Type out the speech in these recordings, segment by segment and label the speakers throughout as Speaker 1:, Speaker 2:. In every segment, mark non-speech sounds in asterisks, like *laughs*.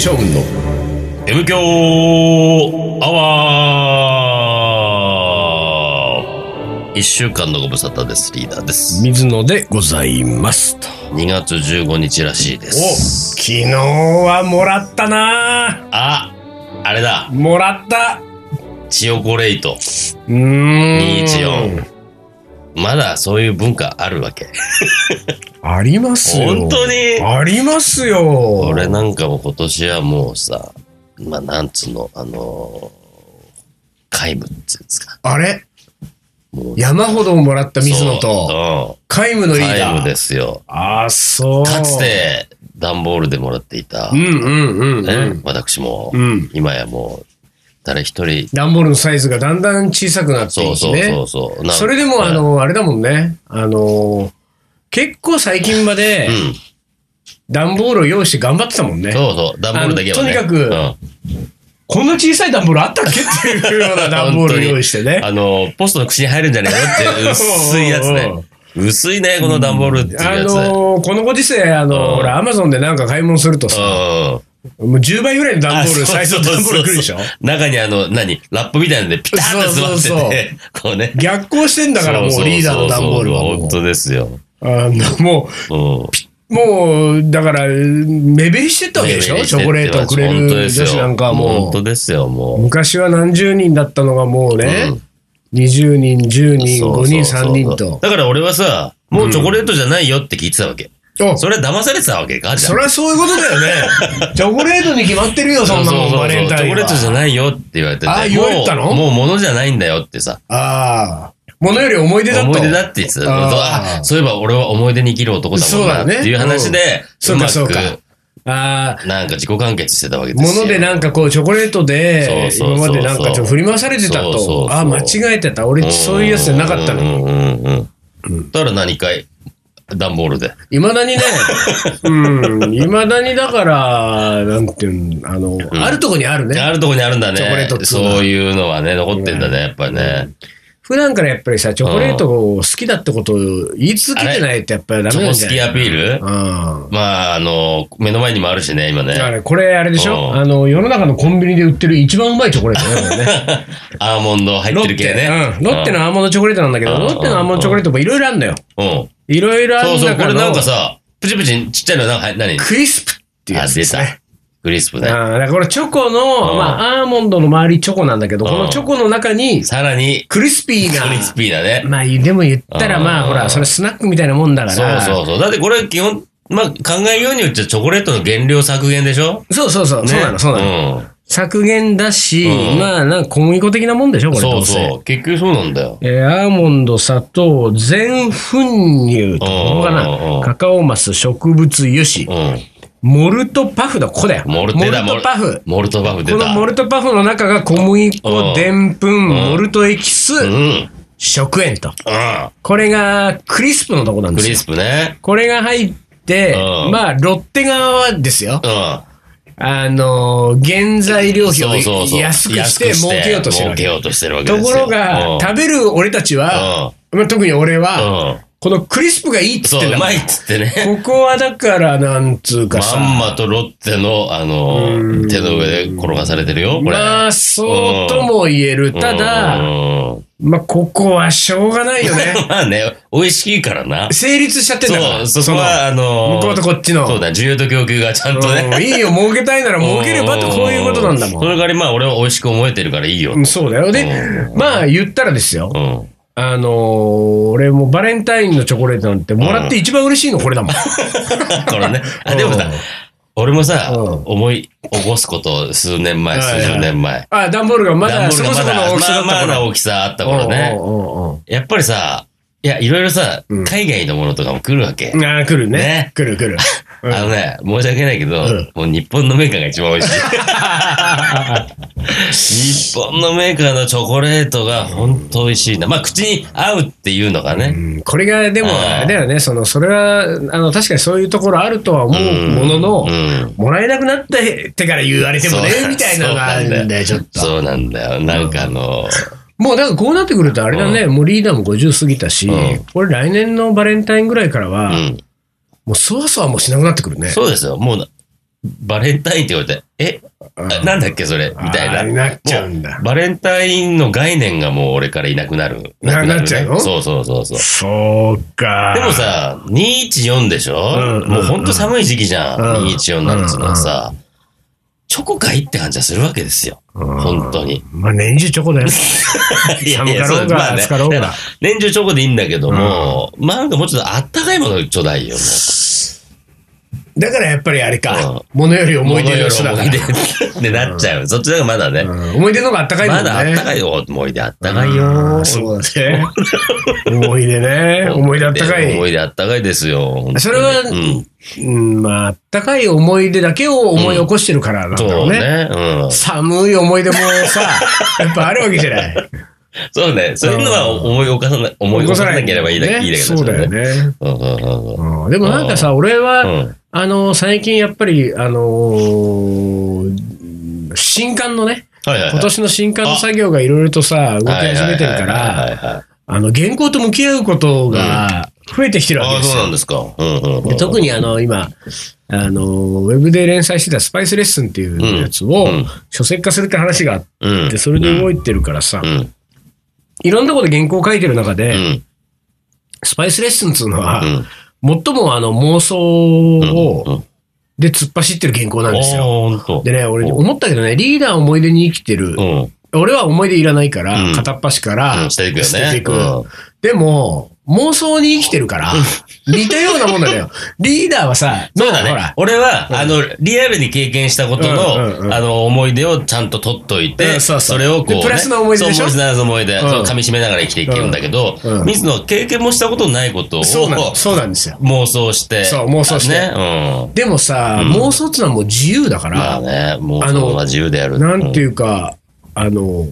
Speaker 1: 将軍の
Speaker 2: M 強アワー一週間のご無沙汰です。リーダーです。
Speaker 1: 水野でございますと。
Speaker 2: 2月15日らしいで
Speaker 1: お
Speaker 2: す。
Speaker 1: 昨日はもらったな
Speaker 2: あ、あれだ。
Speaker 1: もらった
Speaker 2: チヨコレイト。
Speaker 1: うーん。
Speaker 2: 214。まだそういう文化ある
Speaker 1: *laughs*
Speaker 2: わけ。
Speaker 1: ありますよ。
Speaker 2: 本当に
Speaker 1: ありますよ。
Speaker 2: 俺なんかも今年はもうさ、まあ、なんつうの、あのー皆無っていうんですか。
Speaker 1: あれ
Speaker 2: もう
Speaker 1: 山ほどもらった水野と、
Speaker 2: と、
Speaker 1: 皆無の
Speaker 2: うん、
Speaker 1: リーダー。
Speaker 2: 皆無ですよ。
Speaker 1: ああ、そう。
Speaker 2: かつ。て、段ボールでもらっていた、
Speaker 1: うんうんうん、う
Speaker 2: ね
Speaker 1: ん。
Speaker 2: 私も、
Speaker 1: うん
Speaker 2: 今やもう、誰一人、
Speaker 1: 段ボールのサイズがだんだん小さくなってい
Speaker 2: そう
Speaker 1: くし
Speaker 2: そう
Speaker 1: ね。
Speaker 2: そうそう。なん
Speaker 1: それでも、
Speaker 2: はい
Speaker 1: あの、あれだもんね。あの、結構最近まで
Speaker 2: う、ん、
Speaker 1: 段ボールを用意して頑張ってたもんね。
Speaker 2: そうそう、段ボールだけはね。
Speaker 1: あのとにかこんな小さい段ボールあったっけっていうような段ボールを用意して
Speaker 2: う
Speaker 1: ね
Speaker 2: *laughs* ん、。あの、ポストの口に入るんじゃないか
Speaker 1: *laughs*
Speaker 2: って、薄いやつ
Speaker 1: おうおう
Speaker 2: ね。薄いね、この段ボールっていう
Speaker 1: あ
Speaker 2: やつ。
Speaker 1: のこのご時世、あ
Speaker 2: う
Speaker 1: の、
Speaker 2: ん
Speaker 1: ほら、アマゾンでなんか買い物するとさ、
Speaker 2: うん。
Speaker 1: もう10倍ぐらいの段ボール、
Speaker 2: あ
Speaker 1: 最初の段ボール来るでしょ
Speaker 2: そうそうそう中にあの、何ラップみたいなんでピタッと座ってて、 *laughs*
Speaker 1: そうそうそう
Speaker 2: こうね。
Speaker 1: 逆行してんだから、もうリーダーの段ボールは
Speaker 2: そうそうそうそう
Speaker 1: も
Speaker 2: 本
Speaker 1: う。
Speaker 2: 当ですよ。
Speaker 1: あの、も
Speaker 2: う
Speaker 1: う、
Speaker 2: ん。
Speaker 1: もう、だから、目減りしてったわけでしょチョコレートをくれ
Speaker 2: 本当で
Speaker 1: る
Speaker 2: すよ
Speaker 1: 女子なんかはも
Speaker 2: 本当
Speaker 1: う。
Speaker 2: ですよ、も
Speaker 1: 昔は何十人だったのがもう
Speaker 2: う。
Speaker 1: ね
Speaker 2: う、ん
Speaker 1: 20人、10人、
Speaker 2: そ
Speaker 1: 5
Speaker 2: う
Speaker 1: 人、
Speaker 2: そうそう
Speaker 1: 3人と。
Speaker 2: だから俺はさ、もうチョコレートじゃないよって聞いてたわけ。
Speaker 1: あ
Speaker 2: それは騙されてたわけか、じゃ
Speaker 1: そ
Speaker 2: あ
Speaker 1: りゃそういうことだよね。 *laughs* チョコレートに決まってるよ、そんなもん、バレンタイン
Speaker 2: チョコレートじゃ
Speaker 1: は。
Speaker 2: ないよって言われてて。
Speaker 1: あ言われたの
Speaker 2: もうもう物じゃないんだよってさ。
Speaker 1: ああ。ものより思い出だと。
Speaker 2: 思い出だって言ってた
Speaker 1: あー
Speaker 2: あそういえば俺は思い出に生きる男だもん
Speaker 1: そ
Speaker 2: な
Speaker 1: うだ
Speaker 2: っ
Speaker 1: ね
Speaker 2: ていう話で、
Speaker 1: そう
Speaker 2: う
Speaker 1: か
Speaker 2: ま
Speaker 1: そうか
Speaker 2: く、
Speaker 1: ああ。
Speaker 2: なんか自己完結してたわけですよ。
Speaker 1: ものでなんかこう、チョコレートで、
Speaker 2: そうそ
Speaker 1: 今
Speaker 2: うそうそう
Speaker 1: までなんかちょっと振り回されてた
Speaker 2: そうそうそ
Speaker 1: と
Speaker 2: う。
Speaker 1: ああ、間違えてた。俺、そういうやつじゃなかった
Speaker 2: う
Speaker 1: の。
Speaker 2: んうんうんうん。だから何かい、段ボールで。
Speaker 1: いまだにね、
Speaker 2: *laughs*
Speaker 1: うん、いまだにだから、なんていうの、あの、あるとこにあるね。
Speaker 2: あるとこにあるんだね。
Speaker 1: チョコレートっつう
Speaker 2: そ
Speaker 1: のは
Speaker 2: ういうのはね、残ってんだね、やっぱりね。
Speaker 1: 普段からやっぱりさ、チョコレートを好きだってことを言い続けてないとやっぱりダ
Speaker 2: チョ
Speaker 1: メ
Speaker 2: コ
Speaker 1: なん
Speaker 2: 好
Speaker 1: じゃない
Speaker 2: きアピール
Speaker 1: うん。
Speaker 2: まあ、あの、目の前にもあるしね、今
Speaker 1: だか
Speaker 2: ね。
Speaker 1: らこれあれでしょ
Speaker 2: うん
Speaker 1: あの、世の中のコンビニで売ってる一番うまいチョコレートねこ
Speaker 2: *laughs*
Speaker 1: れね。
Speaker 2: *laughs* アーモンド入
Speaker 1: ロ
Speaker 2: って
Speaker 1: ッ
Speaker 2: る
Speaker 1: テ
Speaker 2: 系ね。
Speaker 1: うんロッテのアーモンドチョコレートなんだけど、
Speaker 2: うん
Speaker 1: ロッテのアーモンドチョコレートもいろいろあるんだよ。
Speaker 2: うん。うん。
Speaker 1: いろいろあ
Speaker 2: そ
Speaker 1: る
Speaker 2: うんそう、
Speaker 1: だ
Speaker 2: こ
Speaker 1: から。
Speaker 2: れなんか、さ、プチプチちっちゃいのなんか入何
Speaker 1: クリスプっていうや
Speaker 2: あ、
Speaker 1: つ
Speaker 2: 出
Speaker 1: です
Speaker 2: た
Speaker 1: ね。。
Speaker 2: クリスプ
Speaker 1: あ
Speaker 2: ね。
Speaker 1: ーだからこれチョコの、
Speaker 2: うん
Speaker 1: まあ、アーモンドの周りチョコなんだけど、
Speaker 2: うん
Speaker 1: このチョコの中に、
Speaker 2: さらに、
Speaker 1: クリスピー
Speaker 2: ク
Speaker 1: が、
Speaker 2: リスピーだね。
Speaker 1: まあ、でも言ったら、
Speaker 2: うん
Speaker 1: まあ、ほら、それスナックみたいなもんだか
Speaker 2: そう
Speaker 1: ら。
Speaker 2: そううそう。だってこれ基本、まあ考えようによっちゃチョコレートの原料削減でしょ
Speaker 1: そう。そうそう
Speaker 2: ね
Speaker 1: そうなの、そうなの。削減だし、
Speaker 2: うん
Speaker 1: まあ、なんか小麦粉的なもんでしょ、
Speaker 2: う
Speaker 1: こ
Speaker 2: ん。
Speaker 1: れ。
Speaker 2: そ
Speaker 1: ど
Speaker 2: う
Speaker 1: せ
Speaker 2: そう。結局そうなんだよ。
Speaker 1: えーアーモンド、砂糖、全粉乳と、ここか
Speaker 2: うんうんう
Speaker 1: な。
Speaker 2: ん
Speaker 1: カカオマス、植物油脂
Speaker 2: う。ん。
Speaker 1: モルトパフだ、ここだよ。
Speaker 2: モルテだ、
Speaker 1: モルトパフ。
Speaker 2: モルトパフ出
Speaker 1: この
Speaker 2: た。
Speaker 1: モルトパフの中が小麦
Speaker 2: う
Speaker 1: 粉、
Speaker 2: ん
Speaker 1: でんぷん、モルトエキス、
Speaker 2: うん。うん。
Speaker 1: 食塩と。これがクリスプのとこなんで
Speaker 2: ク
Speaker 1: す
Speaker 2: リ
Speaker 1: よ。
Speaker 2: スプね。
Speaker 1: これが入って、
Speaker 2: うん
Speaker 1: まあ、ロッテ側はですよ
Speaker 2: う。ん。
Speaker 1: あのー原材料費を
Speaker 2: そうそうそう。
Speaker 1: 安くして儲けようとしてるわ
Speaker 2: 儲け
Speaker 1: け。
Speaker 2: ようとしてるわけ
Speaker 1: と
Speaker 2: です
Speaker 1: こ
Speaker 2: よ。
Speaker 1: ろが、
Speaker 2: うん
Speaker 1: 食べる俺たちは、まあ、特に俺は、
Speaker 2: うん。
Speaker 1: このクリスプがいいっつっ
Speaker 2: そ
Speaker 1: てん
Speaker 2: う、
Speaker 1: だ
Speaker 2: う
Speaker 1: か
Speaker 2: ま
Speaker 1: ら
Speaker 2: いっつってね。
Speaker 1: ここはだから、なんつうかさ。
Speaker 2: まんまとロッテの、あの、手の上で転がされてるよ、これ。
Speaker 1: まあ、そうとも言える。た
Speaker 2: う
Speaker 1: だ、
Speaker 2: ん
Speaker 1: まあ、ここはしょうがないよね。
Speaker 2: *laughs* まあね、美味しいからな。
Speaker 1: 成 *laughs* 立しちゃってんだか
Speaker 2: そ
Speaker 1: ら。
Speaker 2: う、そこは、あ
Speaker 1: その
Speaker 2: の、
Speaker 1: 向こうとこっちの。
Speaker 2: そうだ、需要と供給がちゃんと
Speaker 1: う
Speaker 2: ね。
Speaker 1: んいいよ、儲けたいなら儲ければってこういうことなんだ
Speaker 2: うそ
Speaker 1: も。
Speaker 2: れ代わり、まあ、俺は美味しく思えてるからいいよ。うん
Speaker 1: そうだよ。で、まあ、言ったらですよ。
Speaker 2: ん。
Speaker 1: あのー俺もバレンタインのチョコレートなんてもらって一番嬉しいのこれだもん。
Speaker 2: *laughs* これね。あでも
Speaker 1: う
Speaker 2: さ
Speaker 1: ん、
Speaker 2: 俺もさ、
Speaker 1: うん
Speaker 2: 思い起こすこと、数年前、
Speaker 1: はいはい
Speaker 2: 数十年前。
Speaker 1: *laughs* あ、段ボールがま
Speaker 2: ダン
Speaker 1: だ
Speaker 2: ボー
Speaker 1: そ
Speaker 2: ル
Speaker 1: こ
Speaker 2: が
Speaker 1: そ
Speaker 2: ま
Speaker 1: この
Speaker 2: だ、
Speaker 1: 大きさだ
Speaker 2: ま
Speaker 1: ったか
Speaker 2: あまあ
Speaker 1: ら
Speaker 2: な。大きさあった頃ね。
Speaker 1: うんうんうんうん
Speaker 2: やっぱりさ、いや、いろいろさ、
Speaker 1: うん
Speaker 2: 海外のものとかも来るわけ。
Speaker 1: あー、来るね
Speaker 2: ね。
Speaker 1: 来る来
Speaker 2: *laughs*
Speaker 1: る。
Speaker 2: あのね、申し訳ないけど、
Speaker 1: ん
Speaker 2: もう日本のメーカーが一番美
Speaker 1: *laughs*
Speaker 2: 味しい。日本のメーカーのチョコレートが本当美味しいな。まあ、口に合うっていうのがね。
Speaker 1: うんこれが、でも、
Speaker 2: うん
Speaker 1: あれだよね、その、それは、あの、確かにそういうところあるとは思うものの、
Speaker 2: うん
Speaker 1: もらえなくなってってから言われてもね
Speaker 2: そう、
Speaker 1: みたいなのがあるんだよ、ちょっと。
Speaker 2: そうなんだよ。なんかあの、
Speaker 1: もうだからこうなってくるとあれだね、もうリーダーも50過ぎたし、
Speaker 2: うん
Speaker 1: これ来年のバレンタインぐらいからは、
Speaker 2: うん。
Speaker 1: もうそわそわもしなくなってくるね。
Speaker 2: そうですよ。もう、バレンタインって言われて、え、あなんだっけそれみた
Speaker 1: あー
Speaker 2: い
Speaker 1: に
Speaker 2: な。
Speaker 1: なっちゃうんだ。
Speaker 2: バレンタインの概念がもう俺からいなくなる。
Speaker 1: な
Speaker 2: く
Speaker 1: なっちゃうの
Speaker 2: そうそうそうそう。
Speaker 1: そうか。
Speaker 2: でも、さ、214でしょ、
Speaker 1: うん
Speaker 2: もうほんと寒い時期じゃん。
Speaker 1: うん
Speaker 2: 214なんつうのはさ、チョコかいって感じはするわけですよ。本当に。
Speaker 1: まあ年中チョコだよ。
Speaker 2: いやい
Speaker 1: 寒
Speaker 2: や
Speaker 1: か
Speaker 2: そ
Speaker 1: ろ
Speaker 2: う
Speaker 1: う
Speaker 2: まあ
Speaker 1: が、
Speaker 2: ね
Speaker 1: 暑かろう
Speaker 2: だ
Speaker 1: が
Speaker 2: か。ら年中チョコでいいんだけども、まあなんかもうちょっとあったかいものちょうだいよ。
Speaker 1: だからやっぱりあれ
Speaker 2: うん
Speaker 1: か。物より
Speaker 2: もう
Speaker 1: 思い出の人だか
Speaker 2: 思
Speaker 1: ら
Speaker 2: い。出 *laughs* ってなっちゃう。そっちだがまだね。
Speaker 1: うん思い出の方があったかいもん
Speaker 2: ま
Speaker 1: ね。
Speaker 2: だあったか
Speaker 1: い。
Speaker 2: いよ、思い出あったかいよ。
Speaker 1: そうだね。思い出ね。思い出あったか
Speaker 2: 思
Speaker 1: い。
Speaker 2: い出あったかいですよ。
Speaker 1: それは
Speaker 2: うん、
Speaker 1: うん、まあ、あったかい思い出だけを思い起こしてるからなんだろ
Speaker 2: そうう
Speaker 1: ね。
Speaker 2: ね。うん。
Speaker 1: 寒い思い出もさ、
Speaker 2: *laughs*
Speaker 1: やっぱあるわけじゃない。
Speaker 2: そうね。そういうのは思い起こさな、思い起こさなければいいだけいいだけ
Speaker 1: そうだよ。ね。
Speaker 2: うんうんうんうん
Speaker 1: うんでもなんかさ、俺は、
Speaker 2: うん。
Speaker 1: あの、最近やっぱり、あのー、新刊のね、
Speaker 2: はいはいはい。
Speaker 1: 今年の新刊の作業がいろいろとさ、動き始めてるか
Speaker 2: はいはい
Speaker 1: ら、
Speaker 2: はいはい。
Speaker 1: あの、原稿と向き合うことが増えてきてるわ
Speaker 2: あ
Speaker 1: け
Speaker 2: あ、
Speaker 1: です
Speaker 2: そう
Speaker 1: よ。
Speaker 2: なんですか。うんうんう
Speaker 1: で
Speaker 2: ん。
Speaker 1: 特にあの、今、あの、ウェブで連載してたスパイスレッスンっていうやつを
Speaker 2: うんうん
Speaker 1: 書籍化するって話があっ
Speaker 2: うん
Speaker 1: て、それで動いてるからさ
Speaker 2: う、ん。
Speaker 1: いろんなことで原稿を書いてる中
Speaker 2: う
Speaker 1: で、
Speaker 2: ん。
Speaker 1: スパイスレッスンっていうの
Speaker 2: う
Speaker 1: は、
Speaker 2: ん。
Speaker 1: 最もあの妄想
Speaker 2: う
Speaker 1: を、
Speaker 2: ん
Speaker 1: で突っ走ってる原稿なんです
Speaker 2: ああ、
Speaker 1: よ。
Speaker 2: ほんと。
Speaker 1: でね、俺思ったけどね、リーダーは思い出に生きてる
Speaker 2: う。ん。
Speaker 1: 俺は思い出いらないから
Speaker 2: うん、
Speaker 1: 片っ端か
Speaker 2: う
Speaker 1: ら
Speaker 2: ん捨てていくよね
Speaker 1: 捨てていく
Speaker 2: うん。
Speaker 1: でも、妄想に生きてるから、似たようなもん
Speaker 2: *laughs*
Speaker 1: だよ。リーダーはさ、
Speaker 2: そうだ
Speaker 1: ほ
Speaker 2: ね
Speaker 1: ら。。
Speaker 2: 俺は、あの、リアルに経験したこと
Speaker 1: うんうんう
Speaker 2: の、
Speaker 1: ん
Speaker 2: あの、思い出をちゃんと取っというて、
Speaker 1: んそうそう
Speaker 2: れをこうね。
Speaker 1: でプラスの思い出でしょ
Speaker 2: そうプラスの思い出。
Speaker 1: ん
Speaker 2: そう噛み締めながら生きていけるんだけど
Speaker 1: うんう、ん
Speaker 2: 水野は経験もしたことないことを
Speaker 1: そうなんそうなんですよ。
Speaker 2: 妄想して。
Speaker 1: そう妄想して
Speaker 2: ね。うん。
Speaker 1: でもさ、妄想ってのはもう自由だか
Speaker 2: ま
Speaker 1: ら、
Speaker 2: あね、妄想は自由である。
Speaker 1: なんていうか、あの、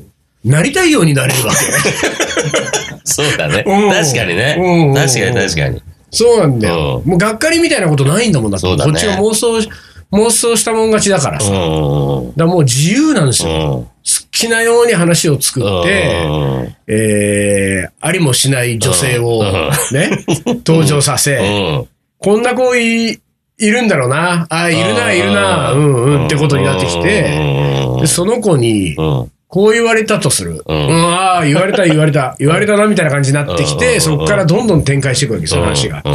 Speaker 1: なりたいようになれる
Speaker 2: *laughs*
Speaker 1: わけ。
Speaker 2: うんそうだね。
Speaker 1: うん
Speaker 2: 確かに
Speaker 1: う
Speaker 2: ね。
Speaker 1: ん
Speaker 2: 確かに確かに。
Speaker 1: そうなんだよ。
Speaker 2: う
Speaker 1: もうがっかりみたいなことないんだもんだって。
Speaker 2: そうだね
Speaker 1: こっちは妄想、妄想したもん勝ちだからさ。だか
Speaker 2: う
Speaker 1: らもう自由なんですよ。好
Speaker 2: ん。うん。
Speaker 1: きなように話を作っ
Speaker 2: う
Speaker 1: て、
Speaker 2: んうん
Speaker 1: えー、ありもしない女性を
Speaker 2: うん
Speaker 1: ね、登場させ、こんな子い、いるんだろうな。あー、いるな、いるな、うんうんってことになってきて、、でその子に、
Speaker 2: うんうん
Speaker 1: こう言われたとする。
Speaker 2: う
Speaker 1: うんん、ああ、言われた、言われ
Speaker 2: *laughs*
Speaker 1: た、言われたな、みたいな感じになってき
Speaker 2: うんうんう
Speaker 1: て、
Speaker 2: ん
Speaker 1: そこからどんどん展開していくわけ、その話が。
Speaker 2: うん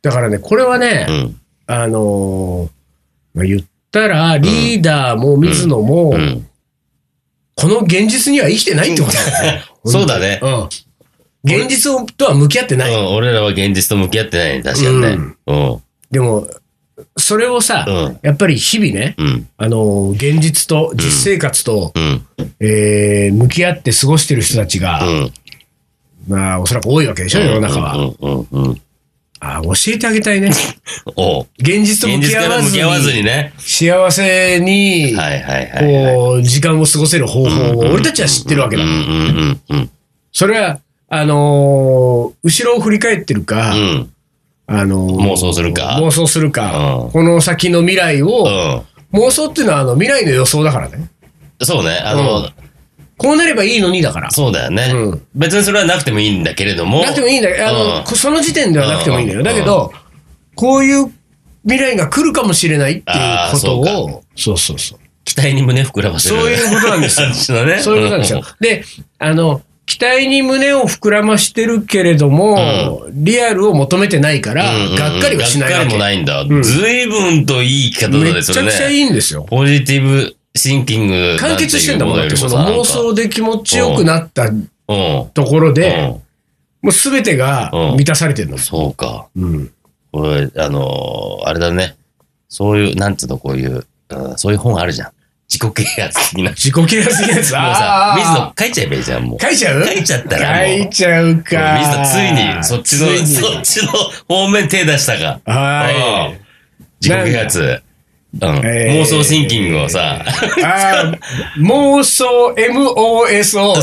Speaker 1: だからね、これはね、
Speaker 2: うん
Speaker 1: あのーまあ、言ったら、リーダーも水野も、
Speaker 2: うん。
Speaker 1: この現実には生きてないってことだよね。
Speaker 2: *laughs* そうだね。
Speaker 1: うん。現実とは向き合って
Speaker 2: う
Speaker 1: ない。
Speaker 2: ん、俺らは現実と向き合ってないね、確かにね。うん。
Speaker 1: でも、それをさ、
Speaker 2: うん
Speaker 1: やっぱり日々ね、
Speaker 2: うん。
Speaker 1: あのー現実と実生活と、
Speaker 2: うん。
Speaker 1: えー向き合って過ごしてる人たちが、
Speaker 2: うん。
Speaker 1: まあ、おそらく多いわけでしょ、世の中は。
Speaker 2: うん。うん。うん。
Speaker 1: あ教えてあげたい
Speaker 2: *laughs*
Speaker 1: ね。
Speaker 2: おう
Speaker 1: 現実と
Speaker 2: 現
Speaker 1: 向
Speaker 2: 実
Speaker 1: き合
Speaker 2: から
Speaker 1: わ
Speaker 2: 向
Speaker 1: ず
Speaker 2: き
Speaker 1: に、
Speaker 2: 合わずにね。
Speaker 1: 幸せに、
Speaker 2: はいはいはいはい。
Speaker 1: こう、時間を過ごせる方法を俺たちは知ってるわけ
Speaker 2: うん
Speaker 1: だ。
Speaker 2: うんうんうん。
Speaker 1: それは、あのー後ろを振り返ってるか、
Speaker 2: うん。
Speaker 1: あのー
Speaker 2: 妄想するか
Speaker 1: 妄想するか、
Speaker 2: うん
Speaker 1: この先の未来
Speaker 2: う
Speaker 1: を、
Speaker 2: ん。
Speaker 1: 妄想っていうのはあの未来の予想だからね。
Speaker 2: そうね。あ
Speaker 1: う
Speaker 2: の、
Speaker 1: こうなればいいのにだから。
Speaker 2: そうだよ
Speaker 1: う
Speaker 2: ね。別にそれはなくてもいいんだけれども。
Speaker 1: なくてもいいんだよ。あの、
Speaker 2: うん
Speaker 1: こその時点ではなくてもいいんだ
Speaker 2: う
Speaker 1: よ。
Speaker 2: ん
Speaker 1: だけど、こういう未来が来るかもしれないっていうこと
Speaker 2: あー
Speaker 1: を、そうそうそう。
Speaker 2: 期待に胸膨らませる。
Speaker 1: そういうことなんですよ
Speaker 2: 感じのね。
Speaker 1: そういうことなんですよ。で、あの、期待に胸を膨らましてるけれども、リアルを求めてないから、
Speaker 2: うんうんうん。
Speaker 1: がっかりはしない
Speaker 2: がっ
Speaker 1: わ
Speaker 2: か
Speaker 1: け
Speaker 2: りもないんだ。随分といい生き方だ
Speaker 1: め
Speaker 2: ね、
Speaker 1: ち
Speaker 2: それ
Speaker 1: ゃ
Speaker 2: ね。
Speaker 1: くちゃいいんですよ。
Speaker 2: ポジティブシンキング。
Speaker 1: 完結してんだもんだって、その妄想で気持ちよくなった
Speaker 2: うん。
Speaker 1: ところで、
Speaker 2: うん
Speaker 1: もう全てが
Speaker 2: うん
Speaker 1: 満たされてるの。
Speaker 2: そうか。
Speaker 1: うん。
Speaker 2: これ、あのーあれだね。そういう、なんつうの、こういう、うんそういう本あるじゃん。自己啓発的な。もう
Speaker 1: 自己啓発的なやつ。あ、
Speaker 2: さ
Speaker 1: ー
Speaker 2: 水野書いちゃえばいいじゃん、もう。
Speaker 1: 書いちゃう
Speaker 2: 書いちゃったらもう
Speaker 1: 書いちゃうか。
Speaker 2: 水野、ついに、そっちの、
Speaker 1: ついに
Speaker 2: そっちの方面手出したか。
Speaker 1: は
Speaker 2: う
Speaker 1: い
Speaker 2: ん。自己啓発。うん。
Speaker 1: えー
Speaker 2: 妄想シンキングをさ。
Speaker 1: あー妄想、MOSO
Speaker 2: *laughs* そ。うそう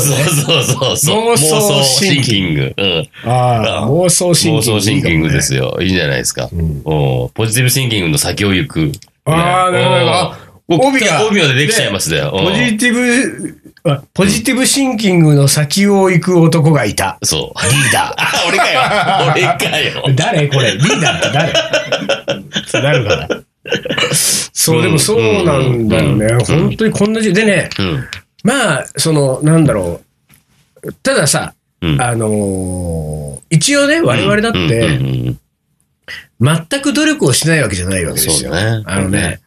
Speaker 2: そうそう。妄
Speaker 1: 妄
Speaker 2: 想
Speaker 1: 想
Speaker 2: シ
Speaker 1: シ
Speaker 2: ン
Speaker 1: ン
Speaker 2: キ
Speaker 1: キ
Speaker 2: ング。うん。
Speaker 1: ああ、妄想シンキング。
Speaker 2: 妄想シンキングですよ。いいじゃないですか。おうポジティブシンキングの先を行く。
Speaker 1: あー
Speaker 2: ね
Speaker 1: なるほどあ
Speaker 2: おう
Speaker 1: 帯が
Speaker 2: 帯が出てきちゃいますだよ。
Speaker 1: ポ
Speaker 2: うん
Speaker 1: ジティブ、あポジティブシンキングの先を行く男がいた。
Speaker 2: そう。
Speaker 1: リ
Speaker 2: *laughs*
Speaker 1: ーダ
Speaker 2: あ、俺かよ。俺かよ。
Speaker 1: ー。誰これリーダーって誰ってなるから。そう、でもそうなんだよね。
Speaker 2: うんうん
Speaker 1: 本当にこんな時でね、
Speaker 2: うん。
Speaker 1: まあ、その、なんだろう。たださ、
Speaker 2: うん。
Speaker 1: あのー一応ね、我々だっ
Speaker 2: うん
Speaker 1: て、
Speaker 2: うんうん
Speaker 1: 全く努力をしないわけじゃないわけです
Speaker 2: そう
Speaker 1: よ。
Speaker 2: ね。
Speaker 1: あのね、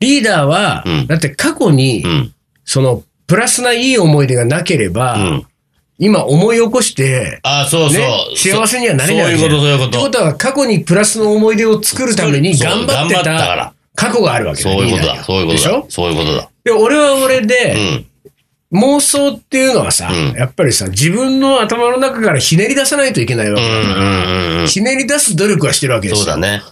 Speaker 1: リーダーは、
Speaker 2: うん
Speaker 1: だって過去に
Speaker 2: う、ん。
Speaker 1: その、プラスないい思い出がなければ、
Speaker 2: うん。
Speaker 1: 今思い起こして、
Speaker 2: あ、そうそう
Speaker 1: ね。幸せにはなれないわけ
Speaker 2: そういうこと、そういうこ
Speaker 1: って
Speaker 2: と
Speaker 1: こ。とは過去にプラスの思い出を作るために
Speaker 2: そ
Speaker 1: 頑
Speaker 2: う
Speaker 1: 張って
Speaker 2: 頑張ったか
Speaker 1: た
Speaker 2: ら
Speaker 1: 過去があるわけだ
Speaker 2: そういうこ
Speaker 1: リ
Speaker 2: と
Speaker 1: ーダー
Speaker 2: だ。
Speaker 1: が
Speaker 2: そういうこ
Speaker 1: で
Speaker 2: と
Speaker 1: しょ
Speaker 2: だ。そういうことだ。
Speaker 1: で、俺は俺で
Speaker 2: う、ん。
Speaker 1: 妄想っていうのはさ、
Speaker 2: うん
Speaker 1: やっぱりさ、自分の頭の中からひねり出さないといけないわ
Speaker 2: う
Speaker 1: けだから、
Speaker 2: んうんうんうん。
Speaker 1: ひねり出す努力はしてるわけで
Speaker 2: そう
Speaker 1: すよ
Speaker 2: だ。ね。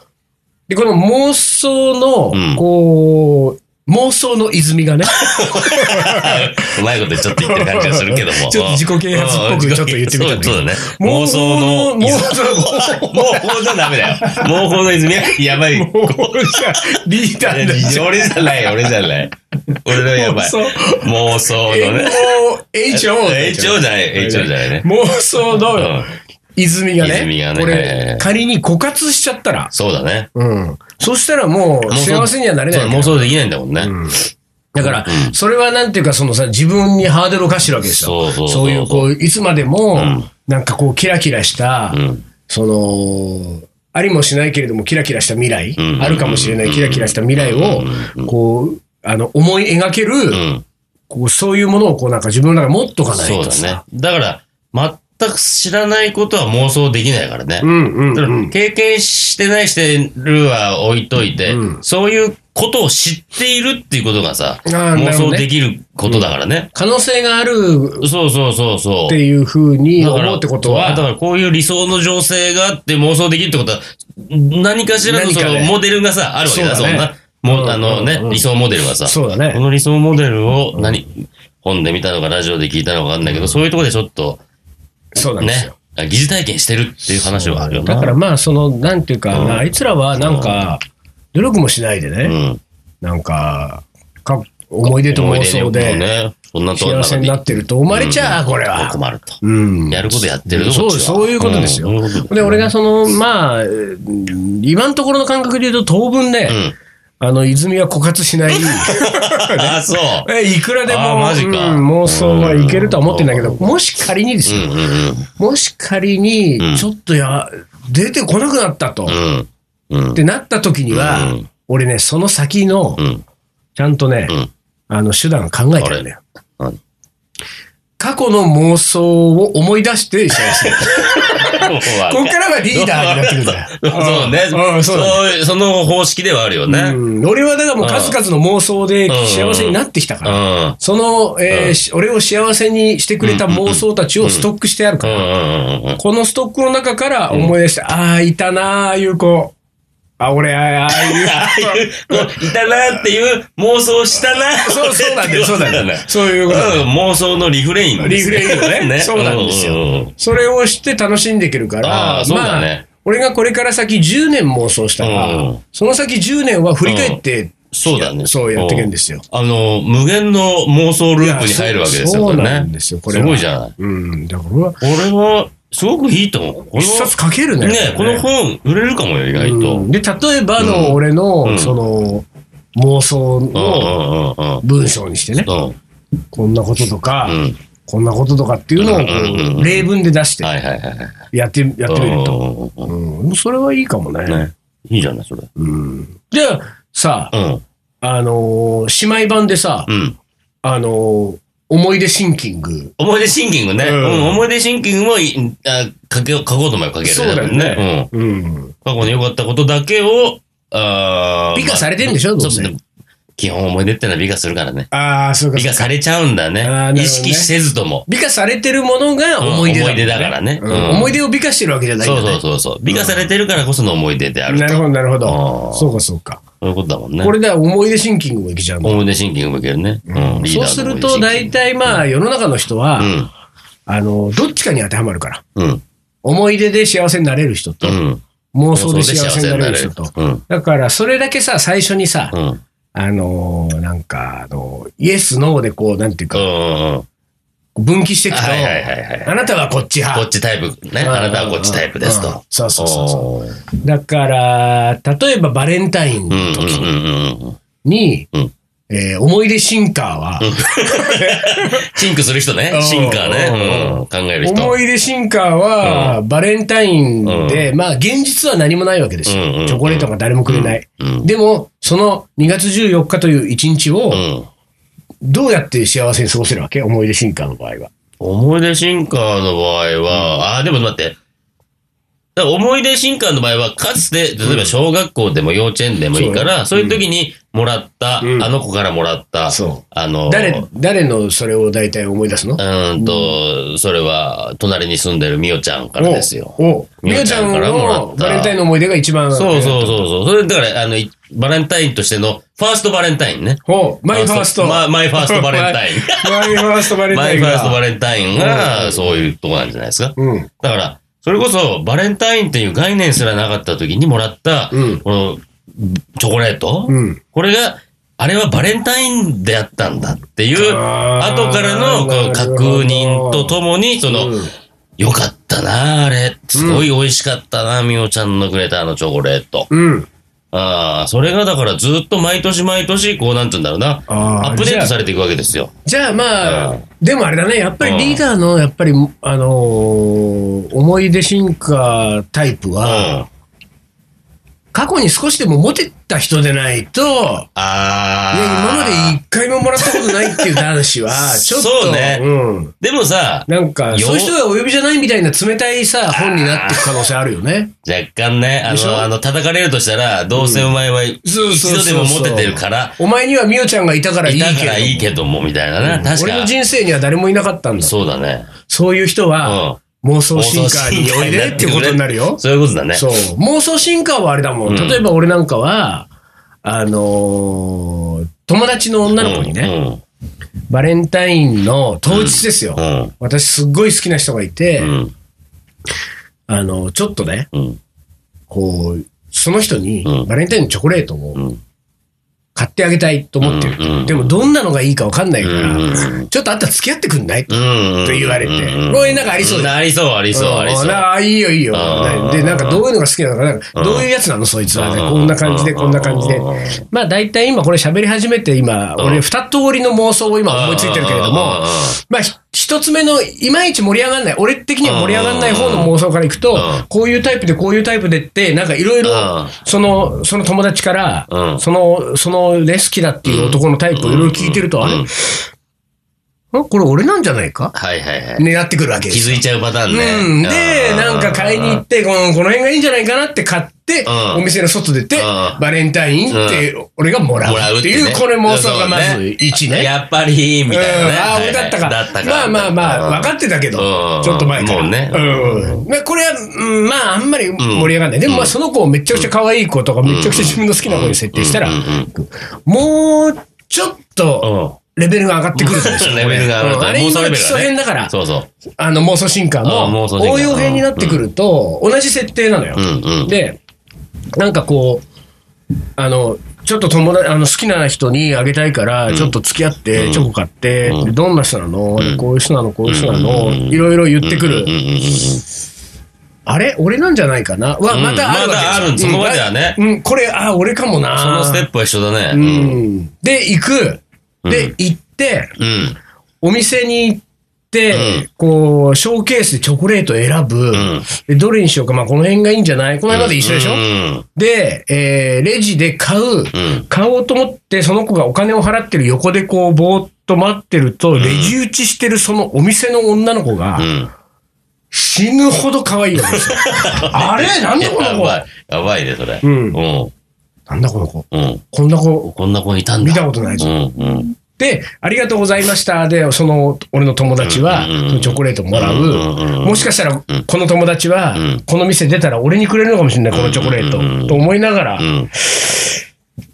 Speaker 1: で、この妄想の、
Speaker 2: うん
Speaker 1: こう、妄想の泉がね、
Speaker 2: *laughs* うまいことちょっと言ってる感じがするけども。
Speaker 1: *laughs* ちょっと自己啓発っぽくちょっと言ってみたんだけ
Speaker 2: そ
Speaker 1: ど
Speaker 2: うそうだね。
Speaker 1: 妄
Speaker 2: 妄
Speaker 1: 想
Speaker 2: 想
Speaker 1: の
Speaker 2: の、
Speaker 1: 妄
Speaker 2: 妄
Speaker 1: 想
Speaker 2: 想じゃダメだよ。妄想の泉はやばい。
Speaker 1: もう俺じゃリーダーだよ。
Speaker 2: 俺じゃない、俺じゃない。俺のやばい。
Speaker 1: 妄
Speaker 2: 妄想のね。
Speaker 1: 想 HO。
Speaker 2: HO じゃない、HO じゃないね。
Speaker 1: 妄想の泉がね、
Speaker 2: 泉がね
Speaker 1: こ
Speaker 2: はいはいは
Speaker 1: れ
Speaker 2: い、
Speaker 1: 仮に枯渇しちゃったら、
Speaker 2: そうだね。
Speaker 1: うん。そしたらもう
Speaker 2: 妄想
Speaker 1: 幸せにはなれない
Speaker 2: そ
Speaker 1: わ
Speaker 2: う
Speaker 1: けだ
Speaker 2: 妄想できないんだもんね。
Speaker 1: だから、それはなんていうか、そのさ、自分にハードルを課してるわけですよ。
Speaker 2: そうそうそう
Speaker 1: いう、こう、いつまでも、
Speaker 2: ん
Speaker 1: なんかこう、キラキラした、
Speaker 2: うん。
Speaker 1: その、ありもしないけれども、キラキラした未来、
Speaker 2: うん
Speaker 1: あるかもしれないキラキラした未来を、こう、あの、思い描ける、
Speaker 2: うん。
Speaker 1: こう、そういうものを、こう、なんか自分の中に持っとかない
Speaker 2: そう
Speaker 1: と
Speaker 2: だ
Speaker 1: さ。
Speaker 2: ね。だから、全く知らないことは妄想できないからね。
Speaker 1: うんうん
Speaker 2: だか
Speaker 1: う
Speaker 2: ら
Speaker 1: ん。
Speaker 2: 経験してないしてるは置いといて、
Speaker 1: う
Speaker 2: そういうことを知っているっていうことがさ、
Speaker 1: あーなるほど
Speaker 2: 妄
Speaker 1: ね
Speaker 2: 想できることだからね。
Speaker 1: 可能性がある
Speaker 2: そうそうそうそう。
Speaker 1: っていうふうに
Speaker 2: だから
Speaker 1: 思うってこと
Speaker 2: そうだ
Speaker 1: は、
Speaker 2: からこういう理想の情勢があって妄想できるってことは、何かしらのそ
Speaker 1: 何か
Speaker 2: の
Speaker 1: ね
Speaker 2: モデルがさ、あるわけ
Speaker 1: そう
Speaker 2: だ、そ
Speaker 1: だ
Speaker 2: ん
Speaker 1: ね
Speaker 2: な。
Speaker 1: う
Speaker 2: も
Speaker 1: ん
Speaker 2: う、あの
Speaker 1: う
Speaker 2: ね
Speaker 1: んうん、
Speaker 2: 理想モデルがさ。
Speaker 1: そうだ
Speaker 2: こ
Speaker 1: ね。
Speaker 2: の理想モデルを何、本で見たのかラジオで聞いたのかわかんないけど、そういうところでちょっと
Speaker 1: そうなんですよ
Speaker 2: ね。、疑似体験してるっていう話はあるよな。
Speaker 1: だからまあ、その、なんていうか、
Speaker 2: うん
Speaker 1: あいつらはなんか、努力もしないでね、
Speaker 2: うん。
Speaker 1: なんか、か思い出と
Speaker 2: 思い
Speaker 1: 妄
Speaker 2: 出
Speaker 1: 想
Speaker 2: 力も
Speaker 1: で
Speaker 2: ね、そんなところ
Speaker 1: 幸せになってると思われちゃう、これは。
Speaker 2: 困ると。
Speaker 1: うん。
Speaker 2: やることやってるぞ
Speaker 1: そう
Speaker 2: こっちは
Speaker 1: そういうことですよ
Speaker 2: うんそういうこと
Speaker 1: で、俺がその、まあ、うん今のところの感覚で言うと、当分ね、
Speaker 2: うん。
Speaker 1: あの、泉は枯渇し
Speaker 2: *laughs*
Speaker 1: ない。
Speaker 2: あ、そう。
Speaker 1: えいくらでも、
Speaker 2: あマジか
Speaker 1: うん妄想はいけるとは思ってんだけど、もし仮にです
Speaker 2: うん
Speaker 1: よ、
Speaker 2: うんうん。
Speaker 1: もし仮に
Speaker 2: う、ん
Speaker 1: ちょっとや、出てこなくなったと、っ
Speaker 2: うん。うん。
Speaker 1: てなった時には、
Speaker 2: うん
Speaker 1: 俺ね、その先の、
Speaker 2: うん。
Speaker 1: ちゃんとね、
Speaker 2: うん
Speaker 1: あの、手段考えてるんだよ
Speaker 2: あれ何。
Speaker 1: 過去の妄想を思い出して幸
Speaker 2: *laughs*
Speaker 1: せになる、こっからがリーダーになってくるんだよ。
Speaker 2: そうね。
Speaker 1: んうんそ
Speaker 2: そう
Speaker 1: だね
Speaker 2: う、その方式ではあるよね。うん。
Speaker 1: うん俺はだからもう数々の妄想で
Speaker 2: うん
Speaker 1: 幸せになってきたから、
Speaker 2: うん
Speaker 1: その、えー
Speaker 2: うん
Speaker 1: し俺を幸せにしてくれた妄想たちをストックしてある
Speaker 2: う
Speaker 1: から、
Speaker 2: んうん。
Speaker 1: このストックの中から思い出して、ああ、いたなあ、ああいう子。あ、俺、ああああいう子。
Speaker 2: ああいう、こういたなっていう妄想したな。 *laughs*
Speaker 1: そう、そうなんだよ、そうなんだよ。そういううんことなんだよ。
Speaker 2: 妄想のリフレインです
Speaker 1: リフレインよねそうなんですよ
Speaker 2: ううん
Speaker 1: それをして楽しんでいけるから、
Speaker 2: あーそうだ
Speaker 1: ま
Speaker 2: ね
Speaker 1: あ、俺がこれから先10年妄想したら、
Speaker 2: うん
Speaker 1: その先10年は振り返って、
Speaker 2: そうだね。
Speaker 1: そうやっていけんですよ。
Speaker 2: あの、無限の妄想ループに入るわけです
Speaker 1: いやそ
Speaker 2: よ、
Speaker 1: う
Speaker 2: これね。
Speaker 1: そうなんですよこれ
Speaker 2: す
Speaker 1: は
Speaker 2: ごいじゃない。
Speaker 1: うん、だから俺は、
Speaker 2: 俺は、すごくいいと思う。この
Speaker 1: 一冊書けるね。
Speaker 2: ねこの本、売れるかもよ、意外と。う
Speaker 1: うんんで、例えばの
Speaker 2: うん
Speaker 1: 俺の、
Speaker 2: ん
Speaker 1: その、妄想
Speaker 2: う
Speaker 1: の
Speaker 2: んうんうん。
Speaker 1: 文章にしてね、
Speaker 2: うん。
Speaker 1: こんなこととか、
Speaker 2: うん
Speaker 1: こんなこととかっていうのをこう
Speaker 2: うんうんうん
Speaker 1: 例文で出して
Speaker 2: はいはいはいはい。
Speaker 1: やって、やってみると。
Speaker 2: うんうん
Speaker 1: うん、それはいいかもね。
Speaker 2: うんね。いいじゃない、それ。
Speaker 1: うん、じゃあ、さ、
Speaker 2: うん。
Speaker 1: あのー姉妹版でさ、
Speaker 2: うん。
Speaker 1: あのー思い出シンキング。
Speaker 2: 思い出シンキングね。
Speaker 1: う
Speaker 2: うんん。思い出シンキングもい、あ書けよう、書こうと思えば書ける。
Speaker 1: そうだよね
Speaker 2: 多分ね。
Speaker 1: うん。
Speaker 2: うん。過去の良かったことだけを、あー
Speaker 1: 美化されてんでしょ
Speaker 2: まあ
Speaker 1: どうせ
Speaker 2: そうね基本思い出ってのは美化するからね。
Speaker 1: ああ、そうか
Speaker 2: 美
Speaker 1: そう
Speaker 2: 化
Speaker 1: か。
Speaker 2: されちゃうんだね。
Speaker 1: あーなるほどね
Speaker 2: 意識せずとも。
Speaker 1: 美化されてるものが思い出だ,、
Speaker 2: うん思い出だからね
Speaker 1: うん
Speaker 2: うん
Speaker 1: 思い出を美化してるわけじゃないん
Speaker 2: そ
Speaker 1: だ
Speaker 2: う
Speaker 1: ね
Speaker 2: そうそうそう。美化されてるからこその思い出である
Speaker 1: な
Speaker 2: と。
Speaker 1: るほど、なるほど
Speaker 2: う。ん
Speaker 1: そうか、そうか。
Speaker 2: そういうことだもんね。
Speaker 1: これでは思い出シンキングもいけちゃうんだ
Speaker 2: 思い出シンキング向けるね。うん。リー
Speaker 1: そう
Speaker 2: ダーの
Speaker 1: する
Speaker 2: 思
Speaker 1: と、
Speaker 2: い出シ
Speaker 1: 大
Speaker 2: ンキン
Speaker 1: 体まあ、世の中の人は、
Speaker 2: グ
Speaker 1: あの、どっちかに当てはまるから。
Speaker 2: うん。うん。
Speaker 1: 思い出で幸せになれる人と、
Speaker 2: うん。
Speaker 1: 妄想で幸せになれる人と。
Speaker 2: うん。
Speaker 1: だから、それだけさ、最初にさ、
Speaker 2: うん。うん。
Speaker 1: あのーなんか、あの、イエス、ノーでこう、なんていう
Speaker 2: う
Speaker 1: か、
Speaker 2: ん。
Speaker 1: 分岐していくと、
Speaker 2: はいはいはいはい
Speaker 1: あなたはこっち
Speaker 2: こ
Speaker 1: 派
Speaker 2: っ。ちタイプね。
Speaker 1: うん
Speaker 2: あなたはこっちタイプです
Speaker 1: うん
Speaker 2: と。
Speaker 1: そうそうそうそ。
Speaker 2: そう
Speaker 1: だから、例えばバレンタイン
Speaker 2: う
Speaker 1: の
Speaker 2: んうん
Speaker 1: 時
Speaker 2: うんうんうん。
Speaker 1: に、
Speaker 2: うん
Speaker 1: えー思い出シンカーは、
Speaker 2: シンクする人ね
Speaker 1: う。ん
Speaker 2: シンカーね。
Speaker 1: うん
Speaker 2: うん。考える人。
Speaker 1: 思い出シンカーは、バレンタインで、まあ現実は何もないわけですよ。
Speaker 2: うんうんうん
Speaker 1: チョコレートが誰もくれない。
Speaker 2: うん。
Speaker 1: でも、その2月14日という一日を
Speaker 2: う、ん。
Speaker 1: どうやって幸せに過ごせるわけ思い出進化の場合は。
Speaker 2: 思い出シンカーの場合は、あー、でも待って。だから思い出シンカーの場合は、かつて、例えば小学校でも幼稚園でもいいから、
Speaker 1: そ
Speaker 2: そうう
Speaker 1: よ
Speaker 2: いう時にもらった、あ
Speaker 1: うん
Speaker 2: の子からもらった、
Speaker 1: そう
Speaker 2: あの、
Speaker 1: 誰、誰のそれを大体思い出すの
Speaker 2: うーんと、それは、隣に住んでるみおちゃんからですよ。
Speaker 1: おうみ
Speaker 2: み
Speaker 1: お
Speaker 2: お
Speaker 1: ち
Speaker 2: ち
Speaker 1: ゃ
Speaker 2: ゃ
Speaker 1: ん
Speaker 2: んからもらった
Speaker 1: のバレンタインの思い出が一番。
Speaker 2: そうそうそうそう。それ、だから、あの、いバレンタインとしての、ファーストバレンタインね。
Speaker 1: おうマイファースト。
Speaker 2: まマイファーストバレンタイ
Speaker 1: マイファー *laughs* ストバレ
Speaker 2: ン。
Speaker 1: ン
Speaker 2: マ
Speaker 1: タイ
Speaker 2: イ
Speaker 1: ン
Speaker 2: フ
Speaker 1: が。
Speaker 2: ァーストバレンタイン
Speaker 1: うん
Speaker 2: が、そういうとこなんじゃないですか。
Speaker 1: うん。
Speaker 2: だから、それこそ、バレンタインっていう概念すらなかった時にもらった、
Speaker 1: うん
Speaker 2: この、チョコレート、
Speaker 1: うん
Speaker 2: これが、あれはバレンタインであったんだっていう、
Speaker 1: あー
Speaker 2: 後から
Speaker 1: なる
Speaker 2: のこ
Speaker 1: ほど
Speaker 2: う確認とともに、その、
Speaker 1: うん
Speaker 2: よかったな、あれ。すごい美味しかったな、みおちゃんのくれたあのチョコレート。
Speaker 1: うん。
Speaker 2: ああ、それがだからずっと毎年毎年、こう、なんつうんだろうな。
Speaker 1: あー
Speaker 2: アップデートされていくわけですよ。
Speaker 1: じゃあま
Speaker 2: う
Speaker 1: あ
Speaker 2: ん、
Speaker 1: でもあれだね、やっぱりリーダーの、やっぱり、あのー思い出進化タイプ
Speaker 2: うん。
Speaker 1: は、
Speaker 2: あ
Speaker 1: 過去に少しでもモテた人でないと、
Speaker 2: あ
Speaker 1: い
Speaker 2: ー。
Speaker 1: や、今まで一回ももらったことないっていう男子は、ちょっと、
Speaker 2: *laughs* そうね
Speaker 1: うん。
Speaker 2: でもさ、
Speaker 1: なんか、
Speaker 2: よ
Speaker 1: そういう人がお呼びじゃないみたいな冷たいさ、本になってく可能性あるよね。
Speaker 2: 若干ね、あ
Speaker 1: でしょ
Speaker 2: の、あの、叩かれるとしたら、どうせお前は一
Speaker 1: そうそうそう
Speaker 2: 度
Speaker 1: そう
Speaker 2: でもモテてるから、
Speaker 1: お前にはミオちゃんがいたからいい
Speaker 2: い
Speaker 1: けど。
Speaker 2: たからいいけども、みたいなな。確
Speaker 1: 俺
Speaker 2: か
Speaker 1: の人生には誰もいなかったんだ。そう
Speaker 2: そうだね。
Speaker 1: いう人は、
Speaker 2: うん。
Speaker 1: 妄想進化においでっていうことになるよ。
Speaker 2: そういうことだね。
Speaker 1: そう。妄想進化はあれだもん。
Speaker 2: うん
Speaker 1: 例えば俺なんかは、あのー友達の女の子にね、
Speaker 2: ね。
Speaker 1: バレンタインの当日ですよ。
Speaker 2: うん。うん。
Speaker 1: 私すっごい好きな人がいて、
Speaker 2: うん。
Speaker 1: あの、ちょっとね、
Speaker 2: うん。
Speaker 1: こう、その人に
Speaker 2: うん
Speaker 1: バレンタインのチョコレートを
Speaker 2: うん。
Speaker 1: 買ってあげたいと思ってる。
Speaker 2: うん
Speaker 1: でも、どんなのがいいかわかんないから、
Speaker 2: う
Speaker 1: ちょっとあんた付き合ってくんない、
Speaker 2: うん。
Speaker 1: と言われて
Speaker 2: うん
Speaker 1: こういうなんかありそうだ
Speaker 2: んありそう、ありそう、ありそう。
Speaker 1: ああ、いいよいいよ
Speaker 2: う。ん
Speaker 1: で、なんかどういうのが好きなのか、なん
Speaker 2: う
Speaker 1: か
Speaker 2: ん
Speaker 1: どういうやつなの、そいつはね。
Speaker 2: うん
Speaker 1: こんな感じで、
Speaker 2: うん
Speaker 1: こんな感じで
Speaker 2: うん。
Speaker 1: まあ、大体今これ喋り始めて、今、
Speaker 2: うん
Speaker 1: 俺二通りの妄想を今思いついてるけれども
Speaker 2: うん、
Speaker 1: まあ、ひ一つ目の、いまいち盛り上がんない、俺的には盛り上がんない方の妄想からいくと
Speaker 2: うん、
Speaker 1: こういうタイプで、こういうタイプでって、なんかいろいろ
Speaker 2: うん、
Speaker 1: その、その友達から
Speaker 2: う、ん
Speaker 1: その、そのレスキだっていう男のタイプをいろいろ聞いてると、あれ
Speaker 2: うん
Speaker 1: んこれ俺なんじゃないか
Speaker 2: はいはいはい。
Speaker 1: ね、なってくるわけです
Speaker 2: 気
Speaker 1: よ
Speaker 2: づいちゃうパターン
Speaker 1: うん、
Speaker 2: ね。
Speaker 1: で、
Speaker 2: う
Speaker 1: なんか買いに行って、このこの辺がいいんじゃないかなって買って、
Speaker 2: う
Speaker 1: お
Speaker 2: ん
Speaker 1: 店の外出て、
Speaker 2: うん
Speaker 1: バレンタインって俺がもらう
Speaker 2: もらう
Speaker 1: って
Speaker 2: ね
Speaker 1: いう、これ妄想がまず1ね。
Speaker 2: やっぱり、みたいな
Speaker 1: うん
Speaker 2: ね。
Speaker 1: ああ、
Speaker 2: はいは
Speaker 1: 俺
Speaker 2: い
Speaker 1: だったか。
Speaker 2: だったか。
Speaker 1: まあまあまあ、
Speaker 2: うん
Speaker 1: 分かってたけど
Speaker 2: う、ん
Speaker 1: ちょっと前から。
Speaker 2: もうね
Speaker 1: うん。まあこれは、うんまああんまり盛り上がらない。でもまあその子をめちゃくちゃ可愛い子とか、めちゃくちゃ自分の好きな子に設定したら
Speaker 2: うんうんうん、
Speaker 1: もうちょっと
Speaker 2: うん。
Speaker 1: レベルが上がってくるんですよ。
Speaker 2: *laughs* レベルが上がる
Speaker 1: うん
Speaker 2: と
Speaker 1: あれ
Speaker 2: 妄想
Speaker 1: 今基
Speaker 2: レベルがね
Speaker 1: 礎編だから。
Speaker 2: そうそう。
Speaker 1: あの妄想進化
Speaker 2: ああ
Speaker 1: も
Speaker 2: 妄想進化
Speaker 1: 応用編になってくると、同じ設定なのよ
Speaker 2: う。んうん。
Speaker 1: で、なんかこう、あの、ちょっと友達、あの、好きな人にあげたいから、ちょっと付き合って、チョコ買って、
Speaker 2: うん
Speaker 1: でどんな人なの、でこういう人なのこういう人なの、
Speaker 2: うん
Speaker 1: いろいろ言ってくる。
Speaker 2: うんうんうんうん
Speaker 1: あれ俺なんじゃないかなは、
Speaker 2: うん
Speaker 1: またあるわけですよ
Speaker 2: まだあるそこまではね
Speaker 1: うん、うんこれ、あ、俺かもな。
Speaker 2: そのステップは一緒だ
Speaker 1: う
Speaker 2: ね。
Speaker 1: ん。で、行く。で
Speaker 2: う、
Speaker 1: 行って、
Speaker 2: うん。うん。
Speaker 1: お店に行って、
Speaker 2: うん
Speaker 1: こう、ショーケースでチョコレート選ぶ。
Speaker 2: ん
Speaker 1: でどれにしようか。まあ、この辺がいいんじゃないこの辺まで一緒でしょ、
Speaker 2: うん
Speaker 1: で、えーレジで買う。
Speaker 2: うん。
Speaker 1: 買おうと思って、その子がお金を払ってる横でこう、ぼーっと待ってると、レジ打ちしてるそのお店の女の子が
Speaker 2: う、ん。
Speaker 1: 死ぬほど可愛いわけですよ。
Speaker 2: *laughs*
Speaker 1: あれなんだこ
Speaker 2: や
Speaker 1: の子
Speaker 2: ばい。やばいね、それ。
Speaker 1: う
Speaker 2: うんん。う
Speaker 1: なんだこの子
Speaker 2: ん。
Speaker 1: こんな子、
Speaker 2: こんな子いたんだ。
Speaker 1: 見たことないぞ
Speaker 2: うんうん。
Speaker 1: で、ありがとうございました。で、その、俺の友達は、
Speaker 2: うんうんうん
Speaker 1: そのチョコレートもらう。
Speaker 2: うんうんうん
Speaker 1: もしかしたら、
Speaker 2: ん
Speaker 1: この友達は
Speaker 2: うん、
Speaker 1: この店出たら俺にくれるのかもしれない、このチョコレー
Speaker 2: うんうんう
Speaker 1: ト。
Speaker 2: ん
Speaker 1: と思いながら
Speaker 2: う、ん。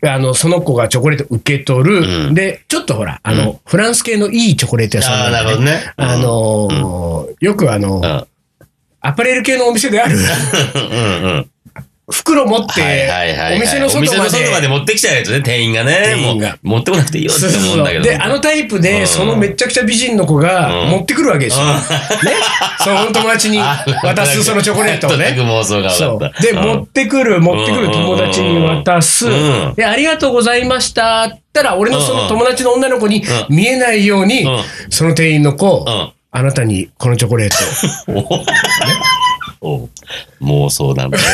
Speaker 1: あの、その子がチョコレート受け取る。
Speaker 2: うん
Speaker 1: で、ちょっとほら、あの、フランス系のいいチョコレート屋さん
Speaker 2: あ
Speaker 1: な
Speaker 2: あ、
Speaker 1: んだ
Speaker 2: なる
Speaker 1: よ
Speaker 2: ほど
Speaker 1: ね。
Speaker 2: ね。
Speaker 1: あのーよくあの、
Speaker 2: うん *laughs*
Speaker 1: アパレル系のお店である、
Speaker 2: うんうん。
Speaker 1: 袋持って、
Speaker 2: はいはいはいはい。
Speaker 1: お店の
Speaker 2: お
Speaker 1: 外
Speaker 2: 店
Speaker 1: ま
Speaker 2: の外ま
Speaker 1: で
Speaker 2: で。持ってきちゃうやつね、店員がね。
Speaker 1: 店員が
Speaker 2: もう持ってこなくていいよって
Speaker 1: そう
Speaker 2: 思う
Speaker 1: そ
Speaker 2: ん
Speaker 1: う
Speaker 2: だ
Speaker 1: そ
Speaker 2: け
Speaker 1: う。
Speaker 2: ど。
Speaker 1: で、あのタイプ
Speaker 2: う
Speaker 1: で、
Speaker 2: ん
Speaker 1: そのめちゃくちゃ美人の子が
Speaker 2: うん
Speaker 1: 持ってくるわけですよ。ね。そのお友 *laughs* 達に渡すそのチョコレートを
Speaker 2: 全く
Speaker 1: ね。
Speaker 2: 妄想が
Speaker 1: そ
Speaker 2: 分
Speaker 1: う
Speaker 2: かった。。
Speaker 1: で、
Speaker 2: うん
Speaker 1: 持ってくる、持ってくる友達に渡す
Speaker 2: うん。
Speaker 1: で、ありがとうございました。ったら、俺のその友達の女の子に
Speaker 2: う
Speaker 1: 見えないように
Speaker 2: うん、
Speaker 1: その店員の子
Speaker 2: うん、
Speaker 1: あなたにこのチョコレート。
Speaker 2: *laughs* お妄想なんだね。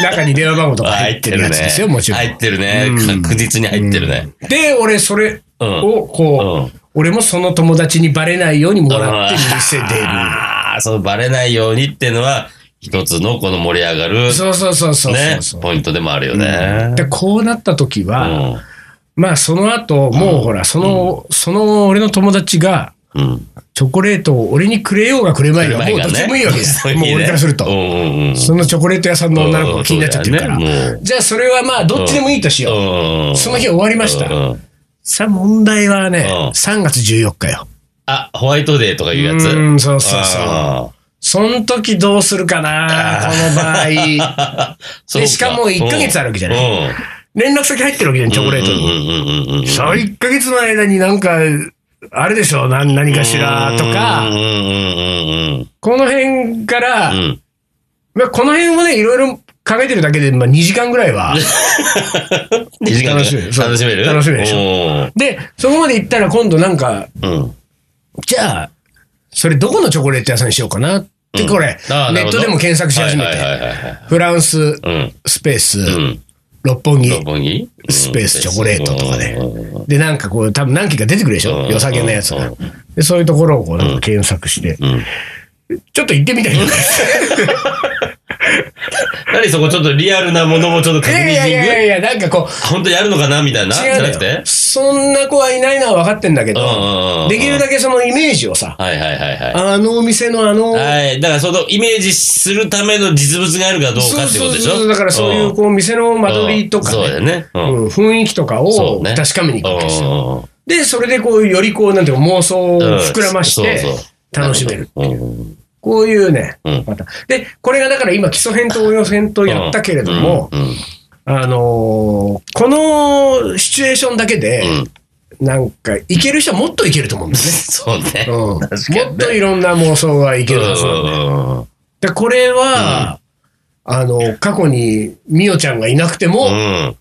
Speaker 1: 中に電話番号とか *laughs* 入
Speaker 2: 入
Speaker 1: っ
Speaker 2: ってて
Speaker 1: る
Speaker 2: る
Speaker 1: や
Speaker 2: ね。
Speaker 1: つですよ、もちろん。
Speaker 2: 入ってるね
Speaker 1: う。ん
Speaker 2: 確実に入ってるね。
Speaker 1: で、俺、それを、こう、俺もその友達にバレないようにもらって店出る。
Speaker 2: ああ、そのバレないようにっていうのは、一つのこの盛り上がる、
Speaker 1: そうそうそうそう
Speaker 2: ね
Speaker 1: そう、
Speaker 2: ポイントでもあるよね。
Speaker 1: で、こうなった時
Speaker 2: う
Speaker 1: は、
Speaker 2: ん
Speaker 1: まあ、その後、もうほら、その、その俺の友達が、
Speaker 2: うん。
Speaker 1: チョコレートを俺にくれようがくれまいが、もうどっちでもいいわけ
Speaker 2: *laughs*
Speaker 1: です。もう俺からすると。
Speaker 2: うんうんうん。
Speaker 1: そのチョコレート屋さんの女の子が気になっちゃってるから。
Speaker 2: うんそうだよねも
Speaker 1: じゃあ、それはまあ、どっちでもいいとしよう。
Speaker 2: うん
Speaker 1: その日終わりました
Speaker 2: うん
Speaker 1: さあ、問題はね、
Speaker 2: うん
Speaker 1: 3月14日よ。
Speaker 2: あ、ホワイトデーとかいうやつ。
Speaker 1: うん、そうそうそう。
Speaker 2: あー
Speaker 1: その時どうするかな、この場
Speaker 2: *laughs*
Speaker 1: 合。
Speaker 2: そう
Speaker 1: でしかも1ヶ月あるわけじゃな
Speaker 2: うんうん
Speaker 1: 連絡先入ってるわけじゃん、チョコレートに。
Speaker 2: うんうんうんうんうん
Speaker 1: その1ヶ月の間になんか、あれでしょ、な何かしらと
Speaker 2: うん
Speaker 1: か、
Speaker 2: うんうん
Speaker 1: この辺から、
Speaker 2: うんうん。
Speaker 1: まあ、この辺をね、いろいろ考えてるだけで、まあ、2時間ぐらいは。
Speaker 2: 2時間
Speaker 1: 楽しめるそう
Speaker 2: 楽しめる
Speaker 1: 楽しめるでしょ
Speaker 2: ょ。
Speaker 1: で、そこまで行ったら今度なんか、
Speaker 2: うん。
Speaker 1: じゃあ、それどこのチョコレート屋さんにしようかなって、これ、
Speaker 2: あーな
Speaker 1: ネ
Speaker 2: る
Speaker 1: ッ
Speaker 2: ほど
Speaker 1: トでも検索し始め
Speaker 2: はいはい
Speaker 1: て、
Speaker 2: はいはい
Speaker 1: フランス、
Speaker 2: うん。
Speaker 1: スペース、
Speaker 2: うん。
Speaker 1: 六本木、
Speaker 2: 六本木
Speaker 1: スペースチョコレートとかで
Speaker 2: うん
Speaker 1: で、なんかこう、多分何機か出てくるでしょ
Speaker 2: うん
Speaker 1: 良さげなやつ
Speaker 2: う
Speaker 1: が
Speaker 2: ん。
Speaker 1: で、そういうところをこう、なんか検索して、
Speaker 2: ん
Speaker 1: ちょっと行って *laughs* みたいな。
Speaker 2: 何そこちょっとリアルなものもちょっと
Speaker 1: い
Speaker 2: 確認
Speaker 1: やいやい
Speaker 2: し
Speaker 1: や
Speaker 2: に
Speaker 1: いや、なんかこう、
Speaker 2: 本当にやるのかなみたいな。じ
Speaker 1: 違
Speaker 2: ゃ
Speaker 1: う
Speaker 2: な
Speaker 1: の
Speaker 2: くて
Speaker 1: よ。そんな子はいないのは分かってんだけ
Speaker 2: うんうんうんう
Speaker 1: ど、
Speaker 2: ん
Speaker 1: できるだけそのイメージをさ、
Speaker 2: はいはいはいはい。
Speaker 1: あのお店のあの、
Speaker 2: はい。だからそのイメージするための実物があるかどう
Speaker 1: そ
Speaker 2: か
Speaker 1: う
Speaker 2: って
Speaker 1: そ
Speaker 2: こと
Speaker 1: う
Speaker 2: でし
Speaker 1: そ
Speaker 2: ょ
Speaker 1: う、だからそういうこう店の間取りとか
Speaker 2: うんそう
Speaker 1: ね、
Speaker 2: だよね。う
Speaker 1: うんん雰囲気とか
Speaker 2: そ
Speaker 1: を
Speaker 2: うね
Speaker 1: 確かめに行くわけですよ。
Speaker 2: うんうんうん
Speaker 1: で、それでこうよりこう、なんていうか妄想を膨らまして
Speaker 2: うんそうそう、
Speaker 1: 楽しめる。
Speaker 2: うんうん
Speaker 1: こういうね、
Speaker 2: うん
Speaker 1: また。で、これがだから今基礎編と応用編とやったけれども、
Speaker 2: うんうん
Speaker 1: あのーこのシチュエーションだけで、
Speaker 2: うん
Speaker 1: なんか、いける人はもっといけると思うんだよね。
Speaker 2: そうね。
Speaker 1: うん、も
Speaker 2: 確かにね
Speaker 1: っといろんな妄想がいけるはずなんだよ
Speaker 2: うん
Speaker 1: で、これは、あの、過去にミオちゃんがいなくて
Speaker 2: う
Speaker 1: も、
Speaker 2: ん。うん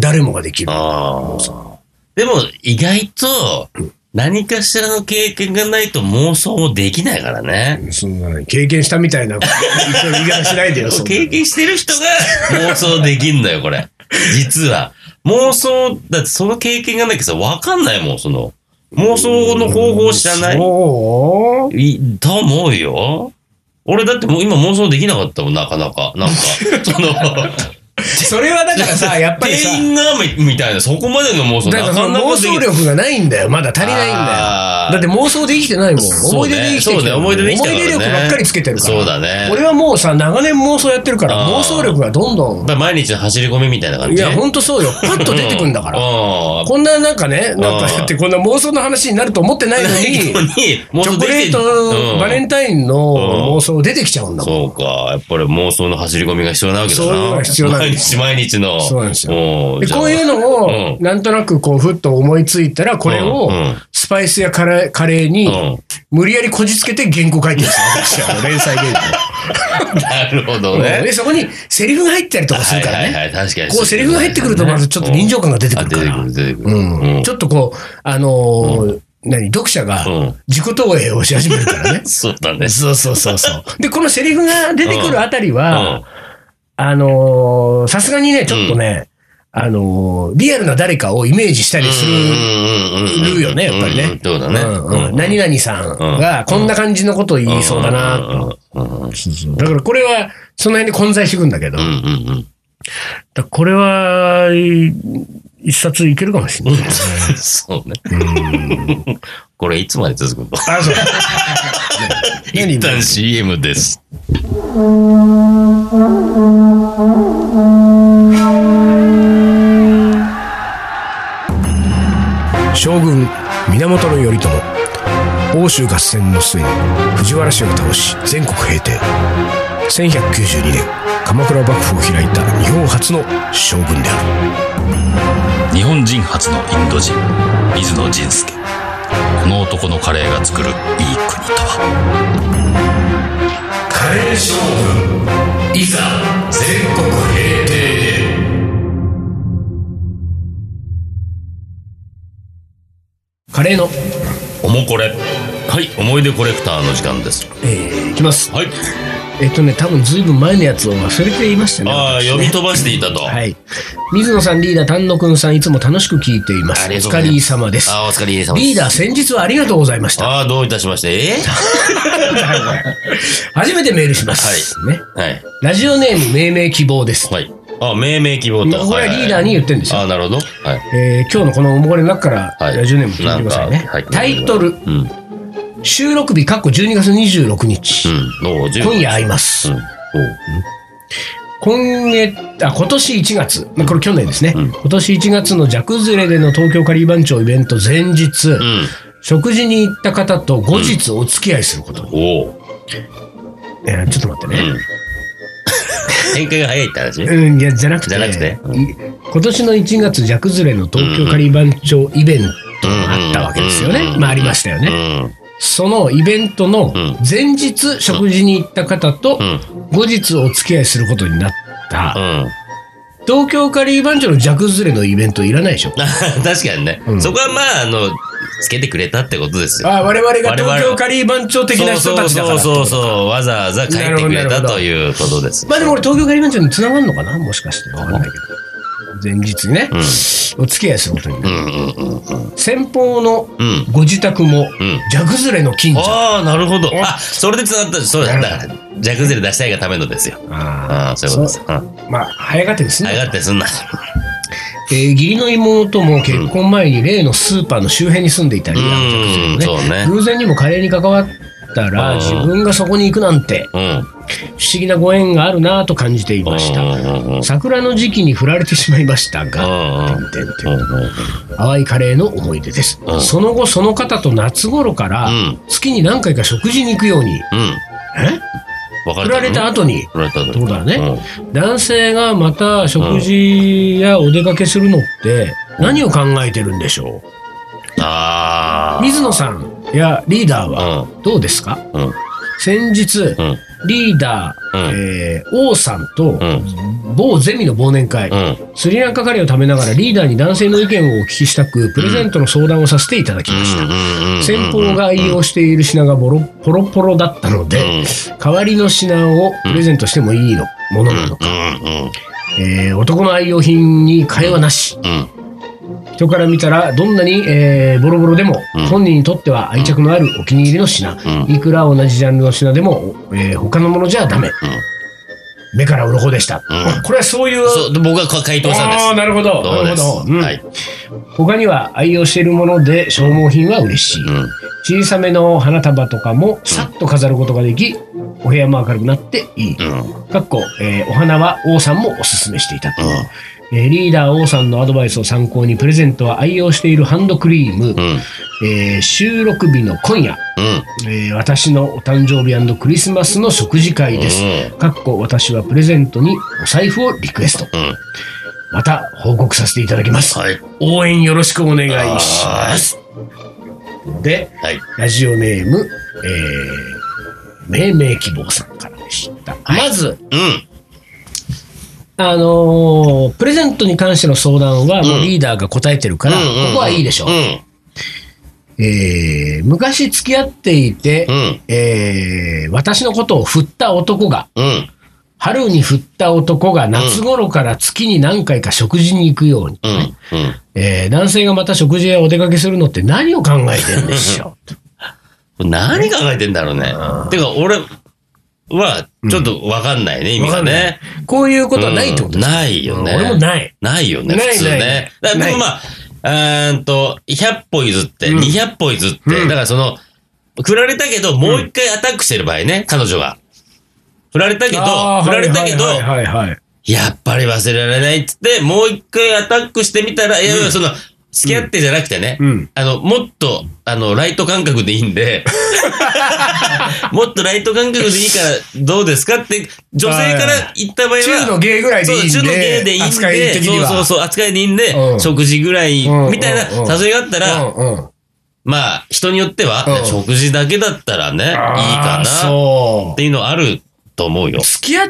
Speaker 1: 誰もができる。
Speaker 2: ああ。でも、意外と、何かしらの経験がないと妄想もできないからね。
Speaker 1: そんなね、経験したみたい
Speaker 2: *laughs*
Speaker 1: な、一応言い方しないでよ、そんなの
Speaker 2: 経験してる人が妄想できんのよ、こ
Speaker 1: *laughs*
Speaker 2: れ。実は。妄想、だってその経験がないけどさ、わかんないもん、その。妄想の方法を知らない
Speaker 1: そう
Speaker 2: いと思うよ。俺だってもう今妄想できなかったもん、なかなか。
Speaker 1: *laughs*
Speaker 2: なんか、その、
Speaker 1: それはだから
Speaker 2: *laughs*
Speaker 1: さ、やっぱりさ、
Speaker 2: 店員がみみたいな、そこまでの妄想
Speaker 1: だから
Speaker 2: な
Speaker 1: そ
Speaker 2: か
Speaker 1: の
Speaker 2: なか
Speaker 1: 妄
Speaker 2: でき
Speaker 1: 想
Speaker 2: ない。
Speaker 1: 力がないんだよ。まだ足りないんだよ。
Speaker 2: あー
Speaker 1: だって妄想で生きてないもん。
Speaker 2: そ
Speaker 1: 思
Speaker 2: う
Speaker 1: い出で
Speaker 2: ね
Speaker 1: 生きてきてるも
Speaker 2: そうね思い出で生きて
Speaker 1: 思い
Speaker 2: る
Speaker 1: 出
Speaker 2: からね
Speaker 1: 力ばっかりつけてるから。
Speaker 2: そうだね
Speaker 1: 俺はもうさ、長年妄想やってるから、
Speaker 2: あー
Speaker 1: 妄想力がどんどん
Speaker 2: だから毎日の走り込みみたいな感じ
Speaker 1: いや、ほんとそうよ。パッと出てくんだか
Speaker 2: う
Speaker 1: ら。
Speaker 2: ん。
Speaker 1: こんななんかね、なんか
Speaker 2: うん
Speaker 1: だってこんな妄想の話になると思って
Speaker 2: *laughs*
Speaker 1: ないのに、
Speaker 2: 本当に妄
Speaker 1: チ
Speaker 2: 想
Speaker 1: ョ
Speaker 2: で
Speaker 1: コ
Speaker 2: きて
Speaker 1: レート、バレンタインの妄想出てきちゃうんだもん。
Speaker 2: そうか。やっぱり妄想の走り込みが必要なわけだな。
Speaker 1: そういうのが必要なん
Speaker 2: 毎
Speaker 1: です
Speaker 2: 日毎日の。
Speaker 1: そうなんですよ
Speaker 2: よ
Speaker 1: でこういうのを、なんとなくこう、ふっと思いついたら、これを
Speaker 2: うんうん、
Speaker 1: スパイスやカレーカレーに
Speaker 2: うん、
Speaker 1: 無理やりこじつけて原稿書いてるんですよ、私あの連載原
Speaker 2: なるほど
Speaker 1: 稿。
Speaker 2: ね。
Speaker 1: で、そこにセリフが入ったりとかす
Speaker 2: は
Speaker 1: る
Speaker 2: い
Speaker 1: から
Speaker 2: はい
Speaker 1: ね。
Speaker 2: はい。確かに。
Speaker 1: こう、セリフが入ってくると、まずちょっと臨場感が出てく
Speaker 2: あ
Speaker 1: る
Speaker 2: 出
Speaker 1: か
Speaker 2: て
Speaker 1: ら
Speaker 2: く。る、出てくる。
Speaker 1: うんちょっとこう、あのー何、読者が
Speaker 2: うん。
Speaker 1: 自己投影をし始めるからね
Speaker 2: そうだね。
Speaker 1: そうそうそうそう。 *laughs* で、このセリフが出てくるあたりは、
Speaker 2: うん
Speaker 1: あのーさすがにね、ちょっとね、あのーリアルな誰かをイメージしたりする。
Speaker 2: る
Speaker 1: よねやっぱりね
Speaker 2: そうだ
Speaker 1: うんうん
Speaker 2: ね。
Speaker 1: 何々さんがこんな感じのことを言いそうだなと思ってだからこれは、その辺で混在していくんだけど、
Speaker 2: うん
Speaker 1: だか
Speaker 2: うんうんうん。
Speaker 1: らこれは、い一冊いけるかもしれない。
Speaker 2: *laughs* そうね。これいつまで続くの
Speaker 1: あ、そう。
Speaker 2: 一旦 CM です。
Speaker 1: 将軍源頼朝欧州合戦の末に藤原氏を倒し全国平定
Speaker 3: 1192年鎌倉幕府を開いた日本初の将軍である
Speaker 4: 日本人初のインド人水野仁介この男のカレーが作るいい国とは
Speaker 2: カレー将軍いざ全国平定へ
Speaker 1: カレーの、
Speaker 2: おもこれはい思い出コレクターの時間です
Speaker 1: えー、いきます。
Speaker 2: はい
Speaker 1: えっとね、多分ずいぶん前のやつを忘れていましたね。
Speaker 2: ああ
Speaker 1: 私ね
Speaker 2: 読み飛ばしていたと、
Speaker 1: はい。水野さん、リーダー、丹野くんさん、いつも楽しく聞いています。
Speaker 2: あ
Speaker 1: お
Speaker 2: りがとうご
Speaker 1: 疲
Speaker 2: ざいます
Speaker 1: れ様です。
Speaker 2: ああお疲れ様です
Speaker 1: リーダー、先日はありがとうございました。
Speaker 2: ああどういたしましてえ
Speaker 1: 初めてメールします。ね。
Speaker 2: ー、はい
Speaker 1: ラジオネーム、命名希望です。
Speaker 2: はいあ命名希望と
Speaker 1: これはリーダーに言ってんですよ
Speaker 2: ああなるほどはい
Speaker 1: えー今日のこのおもこれの中から、
Speaker 2: はい
Speaker 1: ラジオネーム聞いてください
Speaker 2: なん
Speaker 1: ね
Speaker 2: か入っ。てる
Speaker 1: タイトル、
Speaker 2: うんうん
Speaker 1: 収録日、かっこ12月26日。
Speaker 2: どう
Speaker 1: 今夜会いま
Speaker 2: う
Speaker 1: す。
Speaker 2: ん
Speaker 1: 今月、あ、今年1月、まあ、これ去年ですね。
Speaker 2: うん
Speaker 1: 今年1月のジャクズレでの東京カリー番長イベント前日、食事に行った方と後日お付き合いすること。
Speaker 2: お
Speaker 1: *laughs*
Speaker 2: う
Speaker 1: えーちょっと待ってね。
Speaker 2: うん *laughs* 展開が早いって話ね
Speaker 1: うん、いや、じゃなくて。
Speaker 2: じゃなくてう
Speaker 1: い今年の1月、ジャクズレの東京カリー番長イベントがあったわけですよ
Speaker 2: うんうん
Speaker 1: ね
Speaker 2: う。ん
Speaker 1: まあ、ありましたよ
Speaker 2: う
Speaker 1: ね。
Speaker 2: ん
Speaker 1: そのイベントの前日、食事に行った方と
Speaker 2: うん
Speaker 1: 後日お付き合いすることになった、
Speaker 2: うん
Speaker 1: 東京カリー番長のジャクズレのイベントいらないでしょ。
Speaker 2: 確かにね、
Speaker 1: うん
Speaker 2: そこはまああのつけてくれたってことですよ
Speaker 1: あ、我々が
Speaker 2: 我々
Speaker 1: 東京カリー番長的な人たちだからってことか。
Speaker 2: そうそうそうそうわざわざ帰ってくれたということです
Speaker 1: まあでも俺東京カリー番長に繋がるのかなもしかして。わかんないけど。前日にね、お付き合いすることにな
Speaker 2: う
Speaker 1: る。
Speaker 2: んうんうん
Speaker 1: 先方の
Speaker 2: うん
Speaker 1: ご自宅も
Speaker 2: ん、
Speaker 1: ジャグズレの近所。
Speaker 2: ああなるほど
Speaker 1: え
Speaker 2: あそれでつながったそうだだからジャクゼル出したいがためのですよあ
Speaker 1: あ
Speaker 2: あそういうことですうん
Speaker 1: そうまあ、早がてです
Speaker 2: 上
Speaker 1: ね。
Speaker 2: がってすんな
Speaker 1: えー義理の妹も結婚前に例のスーパーの周辺に住んでいたり、
Speaker 2: う
Speaker 1: あのジャグズレの
Speaker 2: ん
Speaker 1: ね
Speaker 2: そうね
Speaker 1: 偶然にもカレーに関わったら、
Speaker 2: うん
Speaker 1: 自分がそこに行くなんて、
Speaker 2: うん
Speaker 1: 不思議なご縁があるなぁと感じていまし
Speaker 2: うん
Speaker 1: た。
Speaker 2: うんうんうん
Speaker 1: 桜の時期に振られてしまいましたが、てんてんてん淡いカレーの思い出です、
Speaker 2: うん
Speaker 1: その後その方と夏頃から
Speaker 2: うん
Speaker 1: 月に何回か食事に行くように、
Speaker 2: うん
Speaker 1: え
Speaker 2: 別
Speaker 1: 振られた後に
Speaker 2: 振られた後
Speaker 1: ってことだね
Speaker 2: うん
Speaker 1: 男性がまた食事やお出かけするのって何を考えてるんでしょ
Speaker 2: あ
Speaker 1: う水野さんやリーダーは
Speaker 2: あ
Speaker 1: どうですか、
Speaker 2: うん
Speaker 1: 先日、
Speaker 2: ん
Speaker 1: リーダ
Speaker 2: う
Speaker 1: ー、
Speaker 2: ん
Speaker 1: えー王さんと
Speaker 2: うん
Speaker 1: 某ゼミの忘年会、
Speaker 2: うんうん
Speaker 1: スリランカカレーを食べながらリーダーに男性の意見をお聞きしたくプレゼントの相談をさせていただきました、
Speaker 2: うん
Speaker 1: 先方が愛用している品がボロポロポロだったので、
Speaker 2: うん
Speaker 1: 代わりの品をプレゼントしてもいいの、ものなのか、
Speaker 2: うん
Speaker 1: えー男の愛用品に替えはなし
Speaker 2: うん
Speaker 1: 人から見たらどんなに、えーボロボロでも、
Speaker 2: うん
Speaker 1: 本人にとっては愛着のあるお気に入りの品、
Speaker 2: うん
Speaker 1: いくら同じジャンルの品でも、えー他のものじゃダメ、目から鱗でした、
Speaker 2: うん
Speaker 1: これはそういう
Speaker 2: そうで僕が回答したんです
Speaker 1: あーなるほど
Speaker 2: そう
Speaker 1: なる
Speaker 2: で
Speaker 1: ほ
Speaker 2: す
Speaker 1: ど、うん
Speaker 2: はい
Speaker 1: 他には愛用しているもので消耗品は嬉しい、
Speaker 2: うん
Speaker 1: 小さめの花束とかもさっと飾ることができ、お部屋も明るくなっていい。
Speaker 2: うん
Speaker 1: かっこ、えーお花は王さんもおすすめしていたと。えーリーダー王さんのアドバイスを参考にプレゼントは愛用しているハンドクリーム、
Speaker 2: うん
Speaker 1: えー収録日の今夜、
Speaker 2: うん
Speaker 1: えー私のお誕生日クリスマスの食事会です。かっこ私はプレゼントにお財布をリクエスト。
Speaker 2: うん
Speaker 1: また報告させていただきます。
Speaker 2: はい
Speaker 1: 応援よろしくお願いします。で、
Speaker 2: はい
Speaker 1: ラジオネーム、えー、命名希望さんからでした。まず、
Speaker 2: うん
Speaker 1: あのープレゼントに関しての相談は、もううんリーダーが答えてるから、
Speaker 2: うんうん
Speaker 1: ここはいいでしょう。
Speaker 2: うん
Speaker 1: えー昔付き合っていて、
Speaker 2: うん
Speaker 1: えー私のことを振った男が、
Speaker 2: うん
Speaker 1: 春に振った男が夏頃から月に何回か食事に行くように、
Speaker 2: うんうん
Speaker 1: えー男性がまた食事やお出かけするのって何を考えてるんでしょ
Speaker 2: *laughs*
Speaker 1: う。
Speaker 2: これ何考えてんだろうねてか俺はちょっとわかんないね意味がね
Speaker 1: こういうことはないってこと
Speaker 2: うん
Speaker 1: ですか、
Speaker 2: ないよね
Speaker 1: 俺もない。
Speaker 2: ないよね、
Speaker 1: ない
Speaker 2: 普通
Speaker 1: ない
Speaker 2: ね。
Speaker 1: ない
Speaker 2: だからでも
Speaker 1: な
Speaker 2: まあ、うーんと、100歩譲って、
Speaker 1: うん
Speaker 2: 200歩譲って、
Speaker 1: うん
Speaker 2: だからその、振られたけど、もう一回アタックしてる場合ね、彼女が。振られたけど
Speaker 1: あ、ー
Speaker 2: 振られたけど、
Speaker 1: はいはいはいはいはい
Speaker 2: やっぱり忘れられないっつって、もう一回アタックしてみたら、いやいや、その、付き合ってじゃなくてね、
Speaker 1: うん。
Speaker 2: あの、もっと、あの、ライト感覚でいい
Speaker 1: *laughs*
Speaker 2: んで、もっとライト感覚でいいからどうですかって、女性から言った場合は、
Speaker 1: 中の芸ぐらいでいいんで。
Speaker 2: そう、中の芸でいいんで、
Speaker 1: 扱い的には。
Speaker 2: そうそうそう、扱いでいいんで、
Speaker 1: うん
Speaker 2: 食事ぐらい、
Speaker 1: うん
Speaker 2: みたいな
Speaker 1: うん
Speaker 2: 誘いがあったら、
Speaker 1: うんうん。
Speaker 2: まあ、人によっては、
Speaker 1: うん
Speaker 2: 食事だけだったらね、いいか
Speaker 1: あー
Speaker 2: な、っ
Speaker 1: そ
Speaker 2: ていうのあると思うよ
Speaker 1: う。。付き合っ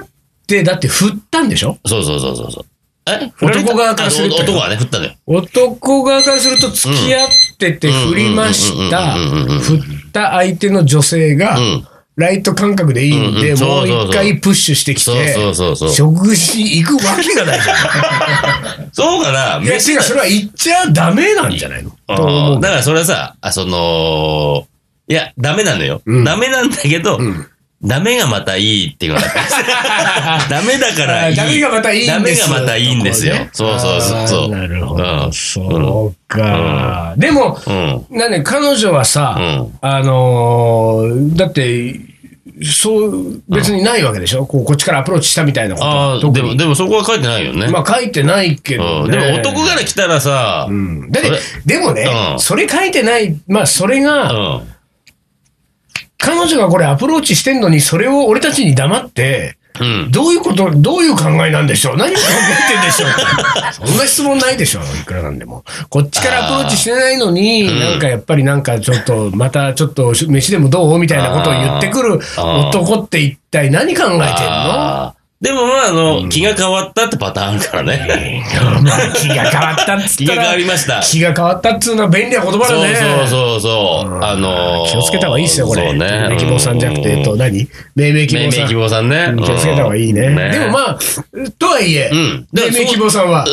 Speaker 1: て、だって振ったんでしょ
Speaker 2: そうそうそうそうそう。え
Speaker 1: 男側からすると
Speaker 2: あの男はね、振ったのよ。
Speaker 1: 男側からすると付き合ってて振りました。
Speaker 2: うんうんうんうんうんうん
Speaker 1: 振った相手の女性が
Speaker 2: うん、
Speaker 1: ライト感覚でいいん
Speaker 2: うんう
Speaker 1: で、
Speaker 2: んそう
Speaker 1: もう
Speaker 2: そうそう
Speaker 1: 一回プッシュしてきて
Speaker 2: そうそうそう、そ
Speaker 1: 食事行くわけがないじゃ
Speaker 2: *laughs*
Speaker 1: ん。
Speaker 2: そうかな、
Speaker 1: いや、
Speaker 2: 飯
Speaker 1: 違う、それは行っちゃダメなんじゃないのと思
Speaker 2: あ
Speaker 1: う
Speaker 2: ーだからそれはさ、あ、その、いや、ダメなのよ。
Speaker 1: うん
Speaker 2: ダメなんだけど、
Speaker 1: ん
Speaker 2: ダメがまたいいっていうのがあっ
Speaker 1: *laughs*
Speaker 2: てダメだからいい。
Speaker 1: ダメがまたいいんです
Speaker 2: ダメがまたいいんですよ。そうそうそうそ
Speaker 1: あー
Speaker 2: う。
Speaker 1: なるほ
Speaker 2: う
Speaker 1: ど。
Speaker 2: ん
Speaker 1: そうか。でも、
Speaker 2: うん。
Speaker 1: なんで彼女はさ、
Speaker 2: うん
Speaker 1: あのーだって、そう、別にないわけでしょ、こうこっちからアプローチしたみたいなことは
Speaker 2: ああ、
Speaker 1: 特
Speaker 2: で
Speaker 1: に
Speaker 2: も、でもそこは書いてないよね。
Speaker 1: まあ書いてないけど、
Speaker 2: うん、
Speaker 1: ね
Speaker 2: でも男から来たらさ、う。
Speaker 1: うんん。だって
Speaker 2: そ
Speaker 1: で
Speaker 2: れ、
Speaker 1: もね、
Speaker 2: うん
Speaker 1: それ書いてない、まあそれが、彼女がこれアプローチしてんのに、それを俺たちに黙って、
Speaker 2: うん。
Speaker 1: どういうこと、どういう考えなんでしょう何を考えてんでしょうそんな質問ないでしょいくらなんでも。こっちからアプローチしてないのに、
Speaker 2: ーうん
Speaker 1: なんかやっぱりなんかちょっと、またちょっと飯でもどうみたいなことを言ってくる
Speaker 2: あー
Speaker 1: 男って一体何考えてんの
Speaker 2: あーでもまあ、あの、気が変わったってパターンあるから
Speaker 1: *laughs*
Speaker 2: ね。
Speaker 1: まあ気が変わったっつった
Speaker 2: 気
Speaker 1: ら
Speaker 2: が変わりました。
Speaker 1: 気が変わったっつうのは便利な言葉だね。
Speaker 2: そうそうそうそう。あのー
Speaker 1: 気をつけた方がいいですよ、これ。
Speaker 2: そうね。
Speaker 1: 命希望さんじゃなくて、えっと、
Speaker 2: うん
Speaker 1: 何命名希
Speaker 2: 命
Speaker 1: 望さ
Speaker 2: 名
Speaker 1: ん。
Speaker 2: 希望さんね。
Speaker 1: 気をつけた方がいいね。
Speaker 2: うん
Speaker 1: でもまあ、とはいえ、
Speaker 2: うん
Speaker 1: 命名希望さんは、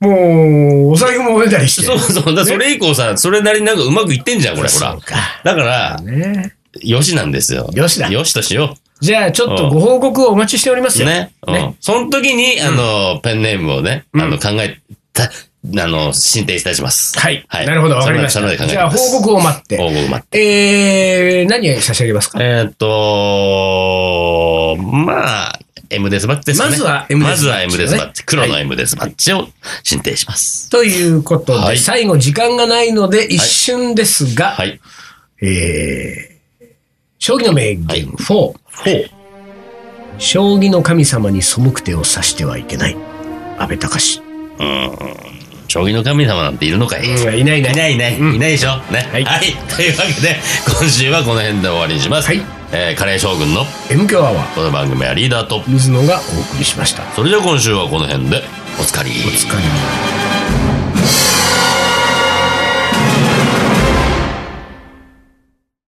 Speaker 2: うん。
Speaker 1: もう、お財布もおねだりして。
Speaker 2: そうそう。だからそれ以降さ、それなりになんかうまくいってんじゃん、これ、ほら
Speaker 1: そう。か。
Speaker 2: だから、
Speaker 1: ね
Speaker 2: よしなんですよ。
Speaker 1: よしだ
Speaker 2: よしとしよ
Speaker 1: じゃあ、ちょっとご報告をお待ちしております
Speaker 2: う。
Speaker 1: よ。
Speaker 2: ね。う
Speaker 1: ね
Speaker 2: ん。その時に、あの、ペンネームをね、あの、考え、た、あの、申請いたします。
Speaker 1: はい。なるほど、わかりまし
Speaker 2: その
Speaker 1: た。
Speaker 2: 中で
Speaker 1: じ
Speaker 2: 考
Speaker 1: ゃあ、
Speaker 2: えます
Speaker 1: 報告を待っ
Speaker 2: 報
Speaker 1: て。
Speaker 2: 告待って。
Speaker 1: えー、何を差し上げますか
Speaker 2: えーっと、まあ、M デスバッチですかね。
Speaker 1: まずは M
Speaker 2: まずは M
Speaker 1: デ
Speaker 2: デ
Speaker 1: ス
Speaker 2: ス
Speaker 1: マ
Speaker 2: バ
Speaker 1: ッ
Speaker 2: ッ
Speaker 1: チ
Speaker 2: チ。
Speaker 1: ね
Speaker 2: 黒の M デスバッチを申請します。
Speaker 1: ということで、
Speaker 2: はい
Speaker 1: 最後時間がないので一瞬ですが、
Speaker 2: はい。
Speaker 1: えー将棋の名言
Speaker 2: はい
Speaker 1: 4、
Speaker 2: ほう。
Speaker 1: 将棋の神様に背く手を指してはいけない。安倍隆。
Speaker 2: 将棋の神様なんているのかい、
Speaker 1: うんいないいない
Speaker 2: いないいない、いないでしょね。はいい、というわけで、今週はこの辺で終わりにします。
Speaker 1: はい
Speaker 2: えーカレー将軍の
Speaker 1: M 強アワー、
Speaker 2: この番組はリーダーと、
Speaker 1: 水野がお送りしました。
Speaker 2: それでは今週はこの辺で、おつかり。おつ
Speaker 1: お疲れ様